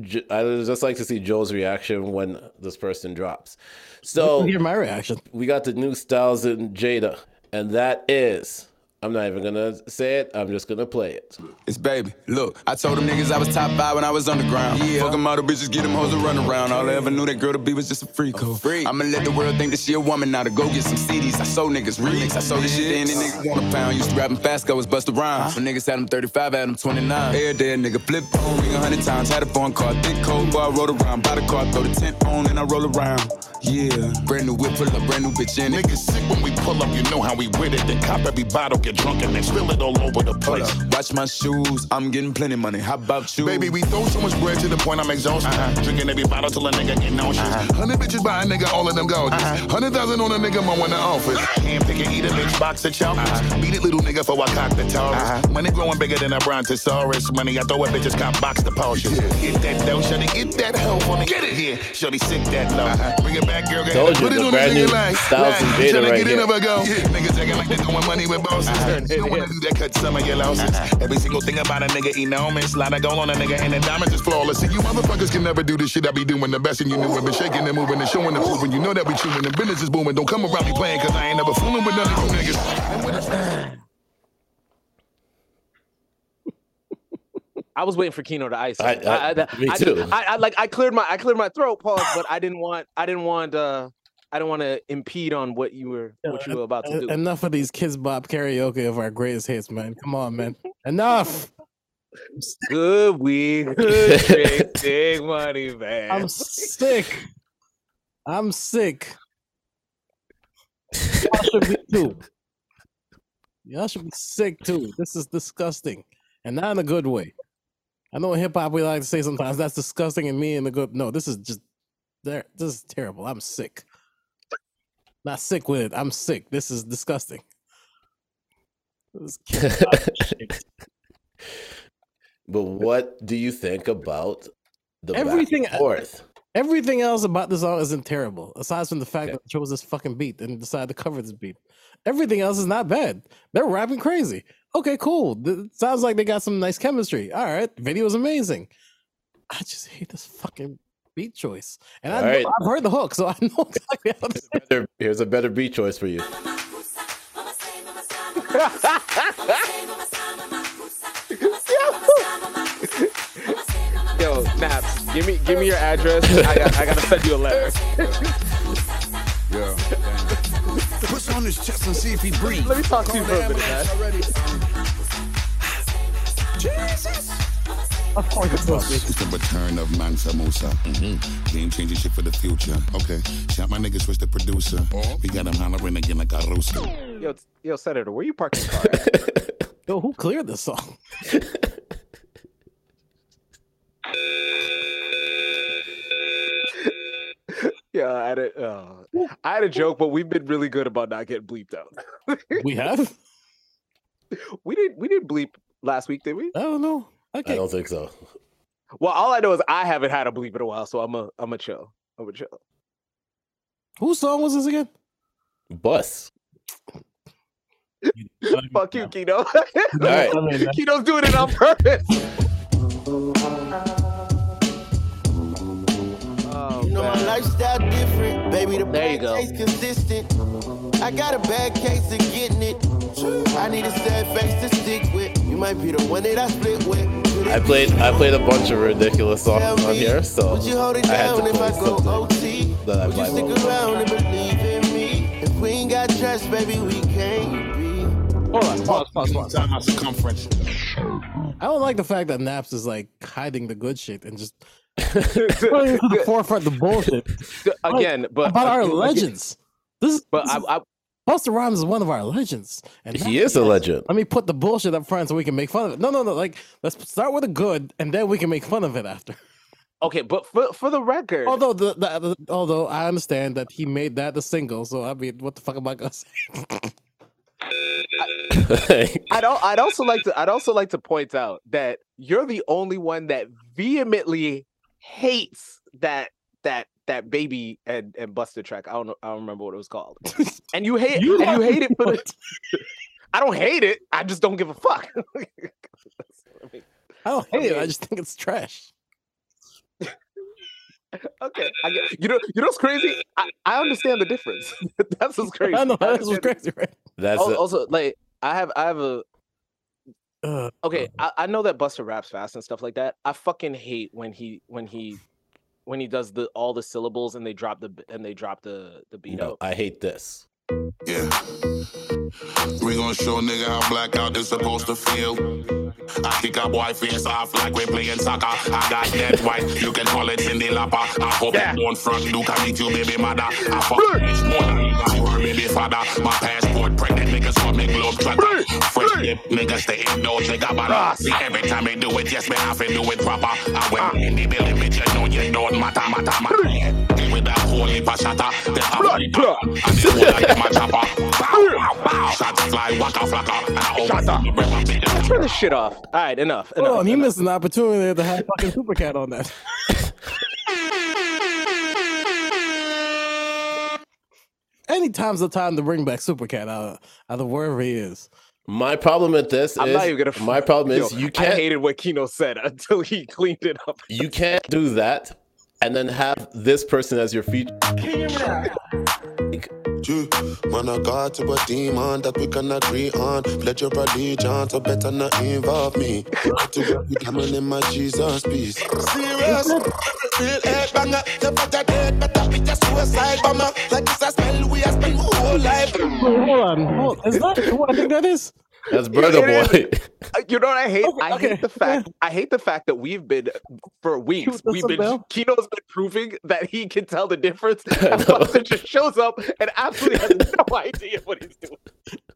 [SPEAKER 6] J- I just like to see Joe's reaction when this person drops. So
[SPEAKER 4] hear my reaction.
[SPEAKER 6] We got the new Styles and Jada, and that is I'm not even gonna say it. I'm just gonna play it.
[SPEAKER 16] It's baby. Look, I told them niggas I was top five when I was underground. Yeah. Fuck 'em all the bitches, get them hoes to run around. All I ever knew that girl to be was just a freak hoe. I'ma let the world think that she a woman now to go get some CDs. I sold niggas remix. I sold this shit to any nigga want a pound. Used to rapping fast, go was Busta Rhymes. When niggas had them 35, had them 29. Air dead nigga flip on ring a hundred times. Had a phone call, thick cold, boy, I rode around. Bought a car, throw the tent on, and I roll around. Yeah. Brand new whip, pull up, brand new bitch in it.
[SPEAKER 15] Niggas sick when we pull up, you know how we with it. They cop every bottle, get drunk, and then spill it all over the
[SPEAKER 16] Hold
[SPEAKER 15] place.
[SPEAKER 16] up. Watch my shoes, I'm getting plenty money. How about you? Uh-huh.
[SPEAKER 15] Baby, we throw so much bread to the point I'm exhausted. Drinking every bottle till a nigga get nauseous. 100 bitches buy a nigga, all of them gorgeous.
[SPEAKER 16] Uh-huh.
[SPEAKER 15] 100,000 on a nigga, more in the office. Hand pick and eat a bitch box of chocolates.
[SPEAKER 16] Uh-huh.
[SPEAKER 15] Beat it, little nigga, for I cock the Taurus. Money growing bigger than a brontosaurus. Money I throw at bitches, cop box the Porsches. Get that dough, shorty, get that hoe on the Get it! Yeah, shorty, sick that low.
[SPEAKER 16] Uh-huh.
[SPEAKER 15] Bring it back, girl, girl.
[SPEAKER 6] Told you,
[SPEAKER 15] Put it
[SPEAKER 6] the
[SPEAKER 15] on
[SPEAKER 6] brand
[SPEAKER 15] the
[SPEAKER 6] new
[SPEAKER 15] line.
[SPEAKER 6] Styles and Jada
[SPEAKER 15] Shorty,
[SPEAKER 6] right
[SPEAKER 15] get
[SPEAKER 6] here.
[SPEAKER 15] in over go. Niggas acting like they're doing money with bosses. You don't wanna do that, cut some of your losses. Every single thing about a nigga enormous. Lot of gold on a nigga, and the diamonds is flawless. See, you motherfuckers can never do the shit I be doing. The best, and you knew it. Been shaking and moving and showing and proving. You know that we chewing. The business is booming. Don't come around me playing, cause I ain't never fooling with none of you niggas.
[SPEAKER 2] I was waiting for Kino to ice.
[SPEAKER 6] I-
[SPEAKER 2] it.
[SPEAKER 6] I- me
[SPEAKER 2] I,
[SPEAKER 6] too.
[SPEAKER 2] I, I like I cleared my I cleared my throat, pause, but I didn't want I didn't want uh I didn't want to impede on what you were what you were about to do.
[SPEAKER 4] E-, Enough of these kids bop karaoke of our greatest hits, man. Come on, man. Enough.
[SPEAKER 2] Good weed, good drink, big money, man.
[SPEAKER 4] I'm sick. I'm sick. Y'all should be too. Y'all should be sick too. This is disgusting, and not in a good way. I know in hip hop we like to say sometimes that's disgusting and me in the good. No, this is just there. This is terrible. I'm sick. Not sick with it. I'm sick. This is disgusting. This is-
[SPEAKER 6] But what do you think about the
[SPEAKER 4] Everything-
[SPEAKER 6] back and forth?
[SPEAKER 4] Everything else about this song isn't terrible, aside from the fact that they chose this fucking beat and decided to cover this beat. Everything else is not bad. They're rapping crazy. Okay, cool. Th- sounds like they got some nice chemistry. All right, video is amazing. I just hate this fucking beat choice, and I
[SPEAKER 6] All right.
[SPEAKER 4] know, I've heard the hook, so I [laughs] know exactly how this.
[SPEAKER 6] Better- Here's a better beat choice for you.
[SPEAKER 2] Yo, Naps, give me give me your address. I got I gotta send you
[SPEAKER 12] [laughs]
[SPEAKER 2] a letter.
[SPEAKER 16] Yeah.
[SPEAKER 12] Push on his chest and see if he breathes.
[SPEAKER 2] Let me talk to you for a minute, man.
[SPEAKER 12] Jesus.
[SPEAKER 15] It's the return of Mansa Musa. Mm-hmm. Game changing shit for the future. Okay, shot my nigga, switch the producer.
[SPEAKER 6] Oh.
[SPEAKER 15] We got him hollering again like a rooster.
[SPEAKER 2] Yo, t- yo, Senator, where you parking your car? [laughs] at?
[SPEAKER 4] Yo, who cleared this song?
[SPEAKER 2] Yeah, I had a, uh, I had a joke, but we've been really good about not getting bleeped out.
[SPEAKER 4] We have?
[SPEAKER 2] We didn't we didn't bleep last week, did we?
[SPEAKER 4] I don't know. Okay.
[SPEAKER 6] I don't think so.
[SPEAKER 2] Well, all I know is I haven't had a bleep in a while, so I'm a I'm a chill. I'm a chill.
[SPEAKER 4] Whose song was this again?
[SPEAKER 6] Bus.
[SPEAKER 2] Fuck you, Kino. [laughs]
[SPEAKER 6] All right.
[SPEAKER 2] Kino's doing it on purpose. Oh,
[SPEAKER 17] You know my lifestyle different, baby. The there case consistent. I got a bad case of getting it. I need a sad face to stick with. You might be the one that I split with.
[SPEAKER 6] I played I played a bunch of ridiculous songs on here, so
[SPEAKER 17] Would you hold it
[SPEAKER 6] I had
[SPEAKER 17] down
[SPEAKER 6] to
[SPEAKER 17] if I
[SPEAKER 6] play
[SPEAKER 17] go
[SPEAKER 6] something that I
[SPEAKER 17] Would you
[SPEAKER 6] might
[SPEAKER 17] stick
[SPEAKER 6] love.
[SPEAKER 17] around and believe in me? If we ain't got trust, baby, we can't be.
[SPEAKER 2] Hold on, pause, pause,
[SPEAKER 15] pause. Time out circumference.
[SPEAKER 4] I don't like the fact that Naps is like hiding the good shit
[SPEAKER 2] [laughs]
[SPEAKER 4] and just putting to the forefront the bullshit.
[SPEAKER 2] Again, but
[SPEAKER 4] about our
[SPEAKER 2] again-
[SPEAKER 4] legends. This is
[SPEAKER 2] But
[SPEAKER 4] this
[SPEAKER 2] I,
[SPEAKER 4] is-
[SPEAKER 2] I
[SPEAKER 4] Buster Rhymes is one of our legends, and
[SPEAKER 6] He is a legend.
[SPEAKER 4] Let me put the bullshit up front so we can make fun of it. No, no, no. Like let's start with the good, and then we can make fun of
[SPEAKER 2] [laughs]
[SPEAKER 4] it after.
[SPEAKER 2] okay, but for for the record,
[SPEAKER 4] Although the, the, the although I understand that he made that the single, so I mean, what the fuck am I gonna say?
[SPEAKER 2] I- I'd, al- I'd also like to I'd also like to point out that you're the only one that vehemently hates that that that baby and and Buster track. I don't know. I don't remember what it was called. And you hate
[SPEAKER 10] You
[SPEAKER 2] and you
[SPEAKER 10] are-
[SPEAKER 2] hate it for the. [laughs] I don't hate it. I just don't give a fuck. [laughs]
[SPEAKER 4] I don't hate it. I just think it's trash.
[SPEAKER 2] okay, I get, you know you know what's crazy? I, I understand the difference. [laughs] that's what's crazy.
[SPEAKER 4] I know that's what's
[SPEAKER 2] understand-
[SPEAKER 4] crazy, right?
[SPEAKER 6] [laughs] That's
[SPEAKER 2] Al-
[SPEAKER 6] a-
[SPEAKER 2] also like I have I have a okay.
[SPEAKER 6] Uh-huh.
[SPEAKER 2] I, I know that Buster raps fast and stuff like that. I fucking hate when he when he when he does the all the syllables and they drop the b- and they drop the the beat
[SPEAKER 6] No,
[SPEAKER 2] up.
[SPEAKER 6] I hate this.
[SPEAKER 15] Yeah. We gonna show a nigga how blackout is supposed to feel. I kick up white face off like we're playing soccer. I got that white, you can call it Cindy Lapper. I hope
[SPEAKER 10] Yeah.
[SPEAKER 15] you don't front Duke, I meet you, baby mother. I fuck bitch mother, you her baby father. My passport pregnant, niggas call me globe trotter. Fresh lip, niggas they indulge, they got
[SPEAKER 10] Ah.
[SPEAKER 15] bother. uh, See, every time they do it, yes, man, I feel do it proper. I went in the building, bitch, you know you don't matter, matter, matter. With that holy pashata, the I did what I did, my chopper. Bow, bow, bow. Shots fly, waka, flocka. And I always remember being
[SPEAKER 2] Let's turn this shit off. All right, enough.
[SPEAKER 4] Hold
[SPEAKER 2] enough.
[SPEAKER 4] on, you missed an opportunity to have fucking Supercat on that. Anytime's the time to bring back Supercat out, out of wherever he is.
[SPEAKER 6] My problem with this
[SPEAKER 2] I'm
[SPEAKER 6] is
[SPEAKER 2] not even gonna. f-
[SPEAKER 6] my problem is
[SPEAKER 2] Yo,
[SPEAKER 6] you can't
[SPEAKER 2] I hated what Kino said [laughs] until he cleaned it up.
[SPEAKER 6] you can't do that and then have this person as your feature.
[SPEAKER 15] Jew,
[SPEAKER 18] Man of God to a demon that we can agree on. Pledge your allegiance, so better not involve me. Word to God, with them in my Jesus peace.
[SPEAKER 12] Serious, real head banger. The better dead, better be just suicide bomber. Like it's a spell we have spent my whole life.
[SPEAKER 4] Hold on, hold on. Is that what I think that is?
[SPEAKER 6] That's
[SPEAKER 2] Brother
[SPEAKER 6] Boy. [laughs]
[SPEAKER 2] Uh, You know what I hate? I hate the fact. I hate the fact that we've been for weeks. We've been Kino's been proving that he can tell the
[SPEAKER 6] [laughs]
[SPEAKER 2] difference. And Buster just shows up and absolutely has no [laughs] idea what he's doing.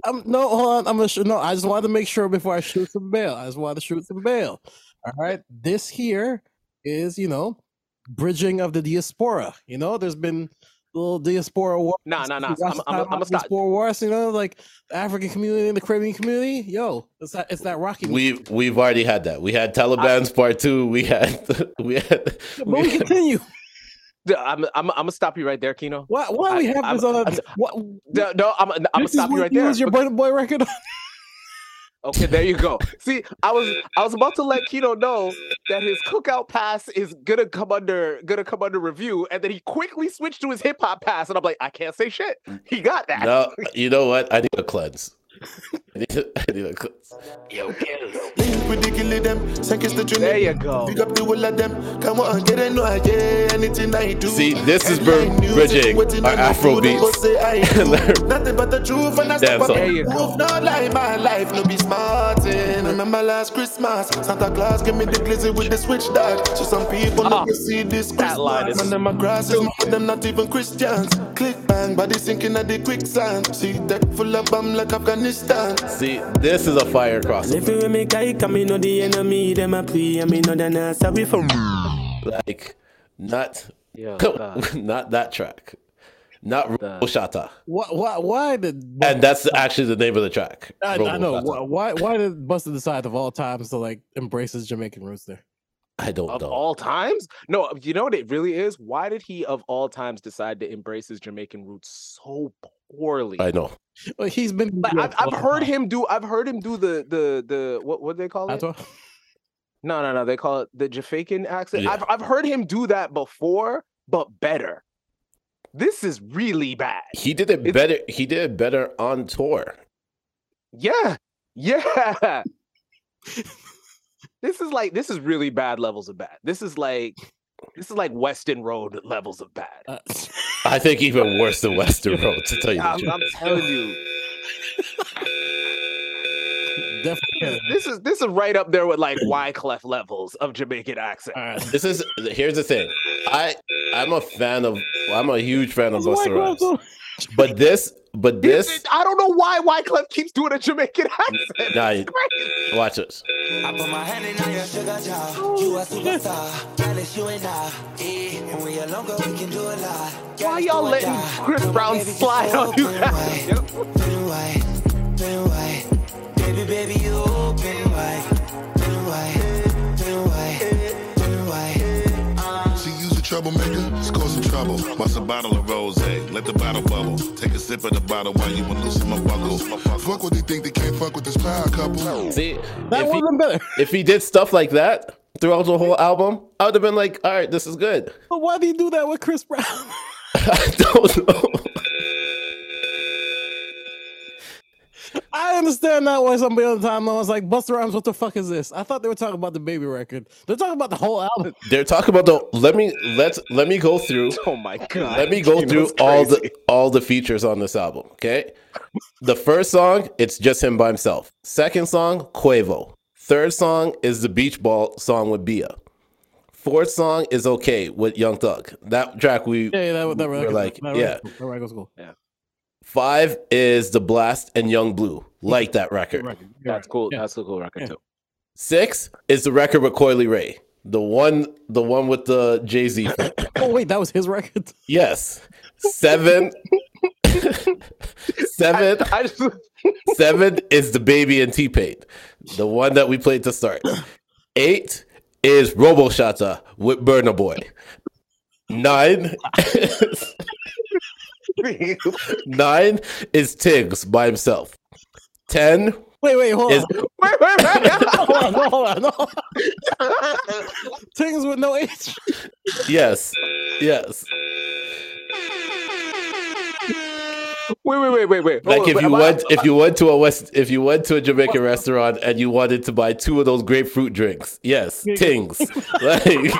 [SPEAKER 4] I'm Um, no, hold on. I'm gonna sh- no. I just wanted to make sure before I shoot some bail. I just wanted to shoot some bail. All right, this here is you know bridging of the diaspora. You know, there's been little diaspora war.
[SPEAKER 2] Nah, nah, nah.
[SPEAKER 4] Lots
[SPEAKER 2] I'm- I'm-
[SPEAKER 4] of time
[SPEAKER 2] I'm gonna
[SPEAKER 4] out
[SPEAKER 2] stop.
[SPEAKER 4] Diaspora wars. You know, like the African community and the Caribbean community. Yo, it's that it's that Rocky.
[SPEAKER 6] We we've already had that. We had Taliban's part two. We had [laughs] we
[SPEAKER 4] [laughs]
[SPEAKER 6] had
[SPEAKER 2] [laughs]
[SPEAKER 4] but we continue.
[SPEAKER 2] Duh, I'm, I'm, I'm gonna stop you right there, Kino.
[SPEAKER 4] Why, why do we
[SPEAKER 2] I-
[SPEAKER 4] have
[SPEAKER 2] I'm-
[SPEAKER 4] this on? A,
[SPEAKER 2] I'm-
[SPEAKER 4] what,
[SPEAKER 2] No, no, I'm, I'm gonna
[SPEAKER 4] this is
[SPEAKER 2] stop you
[SPEAKER 4] what
[SPEAKER 2] right
[SPEAKER 4] you
[SPEAKER 2] there.
[SPEAKER 4] Use your Burna Boy record. on?
[SPEAKER 2] Okay, there you go. See, I was I was about to let Keto know that his cookout pass is gonna come under gonna come under review, and then he quickly switched to his hip hop pass, and I'm like, I can't say shit.
[SPEAKER 4] Mm.
[SPEAKER 2] He got that.
[SPEAKER 6] no. You know what? I need a cleanse. I need a, [laughs] I need a cleanse.
[SPEAKER 18] Yo,
[SPEAKER 12] Ridiculous them, second the
[SPEAKER 2] There you go.
[SPEAKER 12] Pick up the whole of them. Come on, get it, no, I get anything I do.
[SPEAKER 6] See, this is br- bridging our Afro
[SPEAKER 2] [laughs]
[SPEAKER 6] beats.
[SPEAKER 12] Nothing but the truth and I
[SPEAKER 6] Damn
[SPEAKER 12] step up
[SPEAKER 6] song.
[SPEAKER 12] the
[SPEAKER 6] There you
[SPEAKER 12] roof. Not like my life, no be smarting. Remember last Christmas, Santa Claus gave me the glizzy with the switch dog. So some people never see this Christmas.
[SPEAKER 2] Ah, line is
[SPEAKER 12] Man, them a grass is more them not even Christians. Click bang, body sinking at the quicksand. See deck full of bomb like Afghanistan.
[SPEAKER 6] See, this is a fire crossover.
[SPEAKER 19] Everywhere me guy come, me know the enemy, them a pray, and me know the answer we for.
[SPEAKER 6] Like not [laughs]
[SPEAKER 19] Yo,
[SPEAKER 6] not that track. Not Roshata.
[SPEAKER 4] Why? Why? Why did?
[SPEAKER 6] And that's actually the name of the track.
[SPEAKER 4] I, I know.
[SPEAKER 6] Roboshata.
[SPEAKER 4] Why, why? Why did Buster decide of all times to like embrace his Jamaican roots there?
[SPEAKER 6] I don't
[SPEAKER 2] of all times? No, you know what it really is? Why did he of all times decide to embrace his Jamaican roots so poorly?
[SPEAKER 6] I know.
[SPEAKER 4] Well, he's been.
[SPEAKER 2] Like, I've, I've heard him do. I've heard him do the the the what what do they call it? No, no, no. They call it the Jafakin accent.
[SPEAKER 6] Yeah.
[SPEAKER 2] I've I've heard him do that before, but better. This is really bad.
[SPEAKER 6] He did it better. He did it better on tour.
[SPEAKER 2] Yeah, yeah. this is like this is really bad levels of bad. This is like this is like Weston Road levels of bad.
[SPEAKER 6] I think even worse than Western Road, to tell you the
[SPEAKER 2] I'm,
[SPEAKER 6] truth. [laughs]
[SPEAKER 2] I'm telling you,
[SPEAKER 4] Definitely.
[SPEAKER 2] this is this is right up there with like Wyclef levels of Jamaican accent.
[SPEAKER 6] This is here's the thing. I I'm a fan of I'm a huge fan of Busta Rhymes. But this but this
[SPEAKER 2] I don't know why Wyclef keeps doing a Jamaican [laughs] accent.
[SPEAKER 6] nah, watch this.
[SPEAKER 12] I put my hand in on your sugar jar. You a superstar. Girl, it's you and I. Eh, and when you're longer, we can do a lot.
[SPEAKER 2] Why y'all letting Chris Brown slide on you guys?
[SPEAKER 12] Blue and white, blue and white.
[SPEAKER 10] me, baby, you open wide. Open wide, open wide, open wide.
[SPEAKER 15] She use a troublemaker, it's causing trouble. Bust a bottle of rose, let the bottle bubble. Take a sip of the bottle while you loosen my buckle. Fuck what they think, they can't fuck with this power couple.
[SPEAKER 6] See, if he, if he did stuff like that throughout the whole album, I would have been like, all right, this is good. [laughs]
[SPEAKER 4] But why do you do that with Chris Brown? [laughs]
[SPEAKER 2] [laughs]
[SPEAKER 4] I understand that why somebody on the timeline was like, Buster Rhymes, what the fuck is this? I thought they were talking about the baby record. They're talking about the whole album.
[SPEAKER 6] They're talking about the let me let let me go through.
[SPEAKER 2] [laughs] Oh my god.
[SPEAKER 6] Let me go
[SPEAKER 2] Gene,
[SPEAKER 6] through
[SPEAKER 2] that's
[SPEAKER 6] all
[SPEAKER 2] crazy.
[SPEAKER 6] the all the features on this album. Okay, the first song it's just him by himself. Second song Quavo. Third song is the Beach Ball song with Bia. Fourth song is okay with Young Thug. That track we
[SPEAKER 4] [laughs] Yeah, yeah that, that
[SPEAKER 6] were
[SPEAKER 4] record.
[SPEAKER 6] like
[SPEAKER 4] that
[SPEAKER 6] yeah.
[SPEAKER 4] Record, that record's cool.
[SPEAKER 2] Yeah.
[SPEAKER 6] Five is the Blast and Young Blue. Like that record.
[SPEAKER 2] That's cool. That's a cool record
[SPEAKER 6] [laughs]
[SPEAKER 2] too.
[SPEAKER 6] Six is the record with Coily Ray. The one, the one with the Jay Z.
[SPEAKER 4] Oh wait, that was his record. [laughs]
[SPEAKER 6] Yes. Seven. [laughs] seven.
[SPEAKER 2] [laughs]
[SPEAKER 6] seven is the baby and T Pain, the one that we played to start. Eight is Robo Shata with Burner Boy. Nine. [laughs] nine is Tiggs by himself. Ten.
[SPEAKER 4] Wait, wait, hold
[SPEAKER 6] is-
[SPEAKER 4] on. Wait, wait, wait. hold on, no, hold on, no. [laughs] Things with no age.
[SPEAKER 6] Yes. Yes.
[SPEAKER 2] Wait, wait, wait, wait, wait.
[SPEAKER 6] Like
[SPEAKER 2] Hold on,
[SPEAKER 6] if you
[SPEAKER 2] am I-
[SPEAKER 6] went if you went to a West if you went to a Jamaican restaurant and you wanted to buy two of those grapefruit drinks, yes, tings. [laughs] like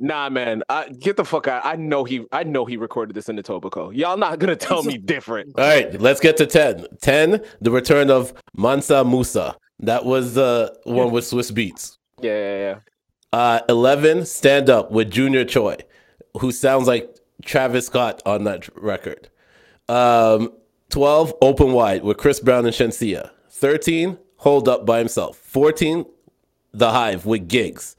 [SPEAKER 2] Nah, man. I, get the fuck out. I know he. I know he recorded this in the Tobaco. Y'all not gonna tell me different.
[SPEAKER 6] all right, let's get to ten. Ten, the return of Mansa Musa. That was the one with Swiss Beats.
[SPEAKER 2] [laughs] Yeah, yeah, yeah.
[SPEAKER 6] Uh eleven, stand up with Junior Choi, who sounds like Travis Scott on that tr- record. Um, 12, Open Wide with Chris Brown and Shensia. 13, Hold Up by himself. 14, The Hive with Gigs.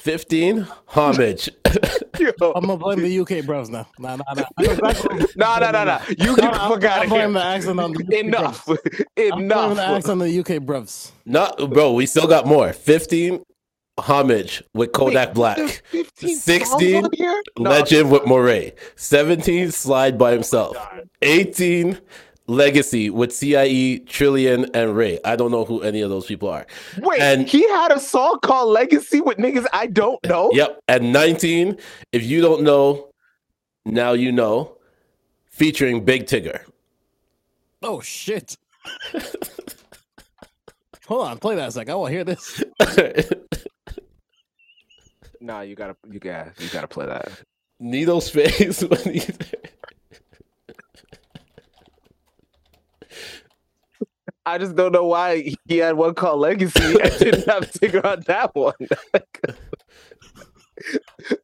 [SPEAKER 6] 15, Homage.
[SPEAKER 4] I'm gonna blame the UK bros now. Nah, nah, nah. I know exactly-
[SPEAKER 2] Nah, nah, nah, nah. You get the fuck out
[SPEAKER 4] I
[SPEAKER 2] of here.
[SPEAKER 4] blame the accent on the UK
[SPEAKER 2] Enough. [laughs]
[SPEAKER 4] bros. I'm blaming the
[SPEAKER 2] Enough.
[SPEAKER 4] accent on the UK bros.
[SPEAKER 6] No, bro, we still got more. 15, Homage with Kodak [laughs] Black. 16, Legend with Moray. 17, Slide by himself. 18, Legacy with CIE, Trillion, and Ray. I don't know who any of those people are.
[SPEAKER 2] Wait,
[SPEAKER 6] And-
[SPEAKER 2] he had a song called Legacy with niggas I don't know.
[SPEAKER 6] Yep. And 19, if you don't know, now you know, featuring Big Tigger. [laughs]
[SPEAKER 4] Oh shit. Hold on, play that a sec. I want to hear this.
[SPEAKER 2] Nah, you gotta, you gotta, you gotta play that.
[SPEAKER 6] Needle space.
[SPEAKER 2] I just don't know why he had one called Legacy
[SPEAKER 6] [laughs]
[SPEAKER 2] and didn't have Tigger on that one.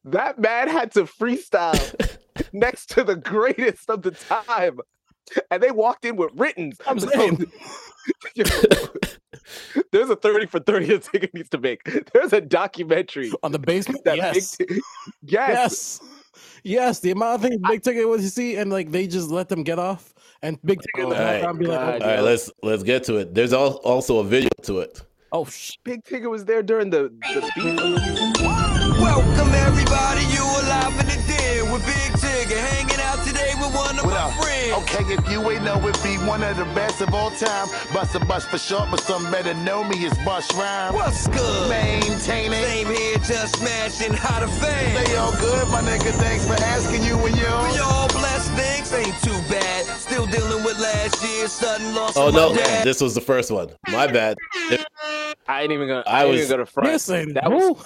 [SPEAKER 2] that man had to
[SPEAKER 6] [laughs]
[SPEAKER 2] freestyle next to the greatest of the time. And they walked in with writtens. [laughs]
[SPEAKER 4] [laughs]
[SPEAKER 2] I'm saying. [laughs] There's a 30 for 30 that Tigger needs to make. There's a documentary.
[SPEAKER 4] On the basement?
[SPEAKER 2] That
[SPEAKER 4] Yes.
[SPEAKER 2] [laughs] big- yes.
[SPEAKER 4] Yes. Yes, the amount of things Big Ticket was you see, and like they just let them get off, and Big Ticket in the
[SPEAKER 6] All right.
[SPEAKER 4] background be like,
[SPEAKER 6] All
[SPEAKER 4] oh,
[SPEAKER 6] right, let's let's get to it. There's al- also a video to it.
[SPEAKER 4] oh shit.
[SPEAKER 2] Big Tigger was there during the,
[SPEAKER 15] [laughs]
[SPEAKER 2] the beat.
[SPEAKER 10] Welcome everybody, you alive and the dead with Big Tigger hanging out today with one of
[SPEAKER 15] What
[SPEAKER 10] my
[SPEAKER 15] up?
[SPEAKER 10] friends.
[SPEAKER 15] Okay, if you ain't know it, be one of the best of all time. Bust a bus for short, but some better know me as Bus Rhyme.
[SPEAKER 10] What's good?
[SPEAKER 15] Maintain it.
[SPEAKER 10] Same here, just smashing hot of fame.
[SPEAKER 15] They all good, my nigga. Thanks for asking you and yours.
[SPEAKER 10] We all blessed, things ain't too bad. Still dealing with last year's sudden loss.
[SPEAKER 6] Oh
[SPEAKER 10] of my
[SPEAKER 6] no,
[SPEAKER 10] dad.
[SPEAKER 6] this was the first one. My bad. If-
[SPEAKER 2] I ain't even gonna.
[SPEAKER 6] I
[SPEAKER 2] I, ain't
[SPEAKER 6] was-
[SPEAKER 2] even gonna front.
[SPEAKER 4] Listen,
[SPEAKER 2] that was.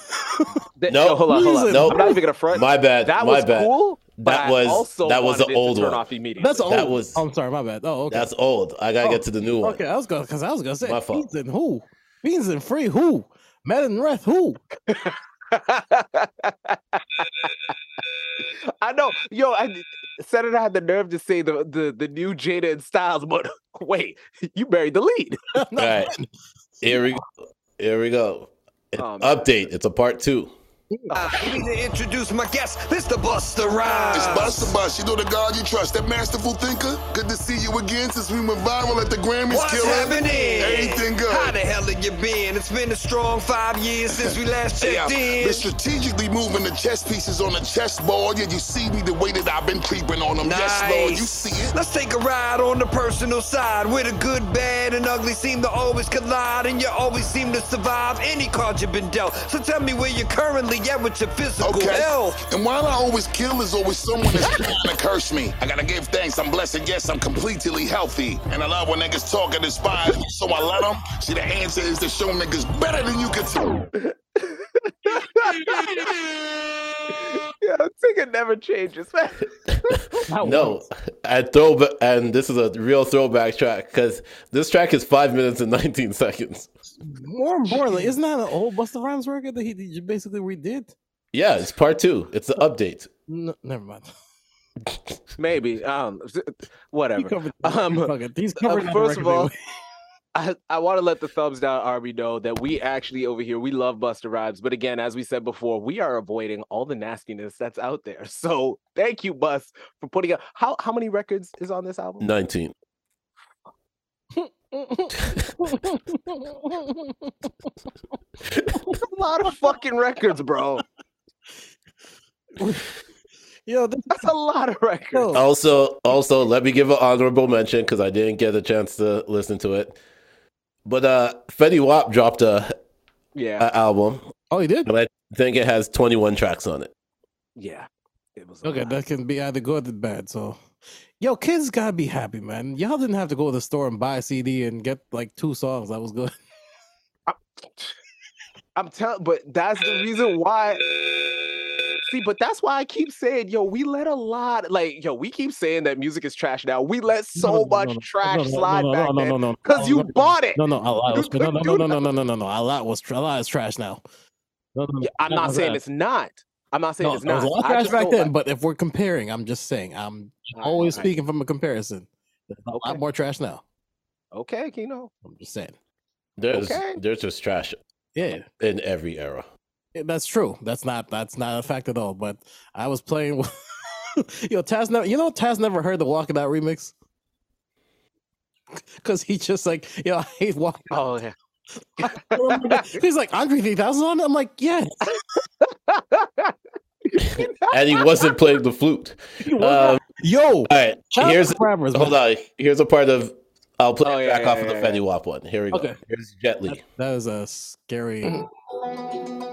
[SPEAKER 2] that, no, hold on, hold on.
[SPEAKER 6] no,
[SPEAKER 2] I'm not even gonna front.
[SPEAKER 6] My bad.
[SPEAKER 2] That
[SPEAKER 6] my
[SPEAKER 2] was
[SPEAKER 6] bad.
[SPEAKER 2] cool. but
[SPEAKER 6] That
[SPEAKER 2] I
[SPEAKER 6] was
[SPEAKER 2] also
[SPEAKER 6] that was
[SPEAKER 2] wanted
[SPEAKER 6] the
[SPEAKER 2] it
[SPEAKER 6] old
[SPEAKER 2] to turn
[SPEAKER 6] one.
[SPEAKER 2] off immediately.
[SPEAKER 4] That's old.
[SPEAKER 6] That was
[SPEAKER 4] I'm sorry, my bad. Oh, okay. Oh,
[SPEAKER 6] that's old. I gotta get to the new one.
[SPEAKER 4] Okay, I was gonna because I was gonna say
[SPEAKER 6] My fault.
[SPEAKER 4] Beans and who? Beans and free who? Matt and Reth who?
[SPEAKER 2] I know, yo. I Senator had the nerve to say the the the new Jada and Styles, but [laughs] wait, you buried the lead.
[SPEAKER 6] All right. Here we here we go.
[SPEAKER 2] Oh, man.
[SPEAKER 6] Update. It's a part two.
[SPEAKER 15] Uh, we need to introduce my guest, Mr. Buster Rhymes.
[SPEAKER 18] It's Busta Bust. You know the God you trust, that masterful thinker. Good to see you again since we went viral at the Grammys.
[SPEAKER 15] What's
[SPEAKER 18] killer.
[SPEAKER 15] happening?
[SPEAKER 18] Everything good.
[SPEAKER 15] How the hell have you been? It's been a strong five years since we
[SPEAKER 6] [laughs]
[SPEAKER 15] last
[SPEAKER 18] Yeah,
[SPEAKER 15] checked in.
[SPEAKER 18] been strategically moving the chess pieces on the chessboard. Yeah, you see me the way that I've been creeping on them. Yes, Lord, you see it.
[SPEAKER 15] Let's take a ride on the personal side where the good, bad, and ugly seem to always collide, and you always seem to survive any card you've been dealt. So tell me where you're currently at with your physical health.
[SPEAKER 18] And while I always kill, is always someone that's [laughs] trying to curse me. I gotta give thanks. I'm blessed. Yes, I'm completely healthy. And I love when niggas talk and inspire me, so I let them. See, the answer is to show niggas better than you can tell.
[SPEAKER 2] [laughs] Yeah, I think it never changes, man.
[SPEAKER 6] no, [laughs] I throw and this is a real throwback track because this track is five minutes and nineteen seconds.
[SPEAKER 4] More importantly, isn't that an old Busta Rhymes record that he did- basically redid?
[SPEAKER 6] Yeah, it's part two. It's the update.
[SPEAKER 4] No, never mind. [laughs]
[SPEAKER 2] Maybe. Um, whatever.
[SPEAKER 4] covered-
[SPEAKER 2] um,
[SPEAKER 4] fuck it, he's covering that
[SPEAKER 2] first
[SPEAKER 4] record
[SPEAKER 2] of all,
[SPEAKER 4] anyway. [laughs]
[SPEAKER 2] I, I want to let the thumbs down army know that we actually over here we love Buster Rhymes, but again, as we said before, we are avoiding all the nastiness that's out there. So thank you, Bus, for putting out. How how many records is on this album?
[SPEAKER 6] Nineteen.
[SPEAKER 2] a lot of fucking records, bro.
[SPEAKER 4] Yo,
[SPEAKER 2] that's a lot of records.
[SPEAKER 6] Also, also, let me give an honorable mention because I didn't get a chance to listen to it. But uh Fetty Wap dropped a,
[SPEAKER 2] Yeah.
[SPEAKER 6] a album.
[SPEAKER 4] Oh, he did.
[SPEAKER 6] And I think it has twenty one tracks on it.
[SPEAKER 2] yeah.
[SPEAKER 4] Okay, that can be either good or bad. So, yo, kids gotta be [laughs] happy, man. Y'all didn't have to go to the store and buy a CD and get like two songs. That was good.
[SPEAKER 2] I'm telling, but that's the reason why. See, but that's why I keep saying, yo, we let a lot, like, yo, we keep saying that music is trash now. We let so much trash
[SPEAKER 4] [laughs] No, no,
[SPEAKER 2] slide
[SPEAKER 4] no, no,
[SPEAKER 2] back
[SPEAKER 4] no, no, no, no,
[SPEAKER 2] because you
[SPEAKER 4] no,
[SPEAKER 2] bought it.
[SPEAKER 4] No, no, a
[SPEAKER 2] [laughs]
[SPEAKER 4] lot was, no, no, no, no, no, no, no, no, no. A lot was a lot is trash now. No, no,
[SPEAKER 2] Yeah, I'm
[SPEAKER 4] that
[SPEAKER 2] not
[SPEAKER 4] was
[SPEAKER 2] saying
[SPEAKER 4] trash.
[SPEAKER 2] it's not. I'm not saying
[SPEAKER 4] No,
[SPEAKER 2] it's
[SPEAKER 4] there
[SPEAKER 2] not.
[SPEAKER 4] was a lot of
[SPEAKER 2] I
[SPEAKER 4] trash
[SPEAKER 2] just
[SPEAKER 4] back
[SPEAKER 2] don't
[SPEAKER 4] then,
[SPEAKER 2] like-
[SPEAKER 4] but if we're comparing, I'm just saying I'm
[SPEAKER 2] All right,
[SPEAKER 4] always
[SPEAKER 2] all right.
[SPEAKER 4] speaking from a comparison. There's a lot more trash now.
[SPEAKER 2] okay, Kino.
[SPEAKER 4] I'm just saying.
[SPEAKER 6] There's
[SPEAKER 4] Okay.
[SPEAKER 6] there's just trash
[SPEAKER 4] Yeah.
[SPEAKER 6] in every era.
[SPEAKER 4] Yeah, That's true. That's not that's not a fact at all. But I was playing with [laughs] yo Taz. Never, you know Taz never heard the Walking Out remix [laughs] because he just like yo [laughs] I hate Walking.
[SPEAKER 2] Oh yeah.
[SPEAKER 4] He's like Andre 3000 on it. I'm like yes.
[SPEAKER 6] and he wasn't playing the flute. Um,
[SPEAKER 4] Yo, [laughs] all
[SPEAKER 6] right.
[SPEAKER 4] shout out
[SPEAKER 6] Here's
[SPEAKER 4] to rappers,
[SPEAKER 6] hold on. Here's a part of I'll play it back
[SPEAKER 4] Oh, yeah,
[SPEAKER 6] off of
[SPEAKER 4] yeah,
[SPEAKER 6] the
[SPEAKER 4] yeah.
[SPEAKER 6] Fetty Wap one. Here we go.
[SPEAKER 4] Okay.
[SPEAKER 6] Here's Jet
[SPEAKER 4] [laughs]
[SPEAKER 6] Li.
[SPEAKER 4] That is a scary.
[SPEAKER 2] Mm-hmm.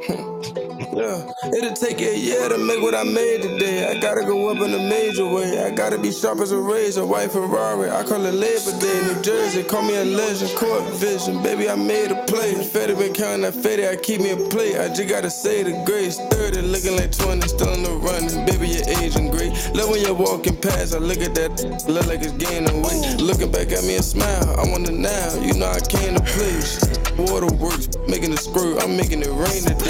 [SPEAKER 20] Yeah, it'll take a year to make what I made today. I gotta go up in a major way. I gotta be sharp as a razor, white Ferrari. I call it Labor Day, New Jersey. Call me a legend, court vision. Baby, I made a play. Fetty been counting that Fetty, I keep me a play. I just gotta say the grace. 30, looking like 20, still in the running. Baby, your age and great. Love when you're walking past. I look at that, look like it's gaining weight. Looking back at me and smile. I want it now. You know I came to play. Waterworks, making it squirt. I'm making it rain today.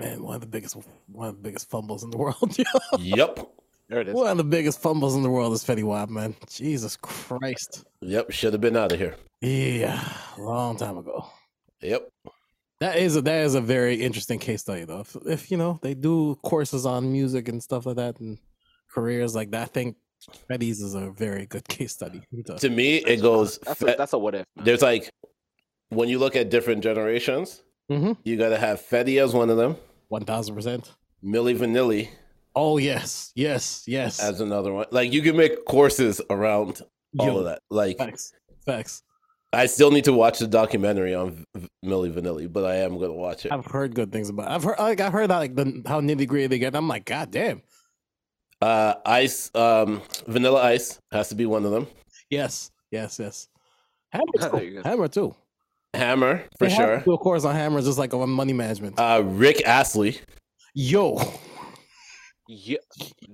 [SPEAKER 4] Man, one of the biggest one of the biggest fumbles in the world. [laughs]
[SPEAKER 6] yep.
[SPEAKER 2] There it is.
[SPEAKER 4] One of the biggest fumbles in the world is Fetty Wap, man. Jesus Christ.
[SPEAKER 6] Yep. Should have been out of here.
[SPEAKER 4] Yeah, long time ago.
[SPEAKER 6] Yep.
[SPEAKER 4] That is a, that is a very interesting case study, though. If, if you know they do courses on music and stuff like that and careers like that, I think Fetty's is a very good case study. He does.
[SPEAKER 6] To me, it goes.
[SPEAKER 4] that's a-
[SPEAKER 2] that's a what if.
[SPEAKER 6] There's like when you look at different generations,
[SPEAKER 4] Mm-hmm.
[SPEAKER 6] you gotta have Fetty as one of them.
[SPEAKER 4] One thousand percent.
[SPEAKER 6] Millie Vanilli.
[SPEAKER 4] Oh yes, yes, yes.
[SPEAKER 6] As another one, like you can make courses around all
[SPEAKER 4] Yo,
[SPEAKER 6] of that. Like
[SPEAKER 4] facts, facts.
[SPEAKER 6] I still need to watch the documentary on v- Millie Vanilli, but I am gonna watch it.
[SPEAKER 4] I've heard good things about. I've heard like I heard how, like the, how nitty gritty they get. I'm like, god damn.
[SPEAKER 6] Uh, ice, um, Vanilla Ice has to be one of them.
[SPEAKER 4] Yes, yes, yes. Hammer too. Hammer too.
[SPEAKER 6] Hammer for
[SPEAKER 4] They have
[SPEAKER 6] sure.
[SPEAKER 4] to do a course on Hammer, just like on money management.
[SPEAKER 6] Uh, Rick Astley. [laughs]
[SPEAKER 4] Yo,
[SPEAKER 2] Yeah,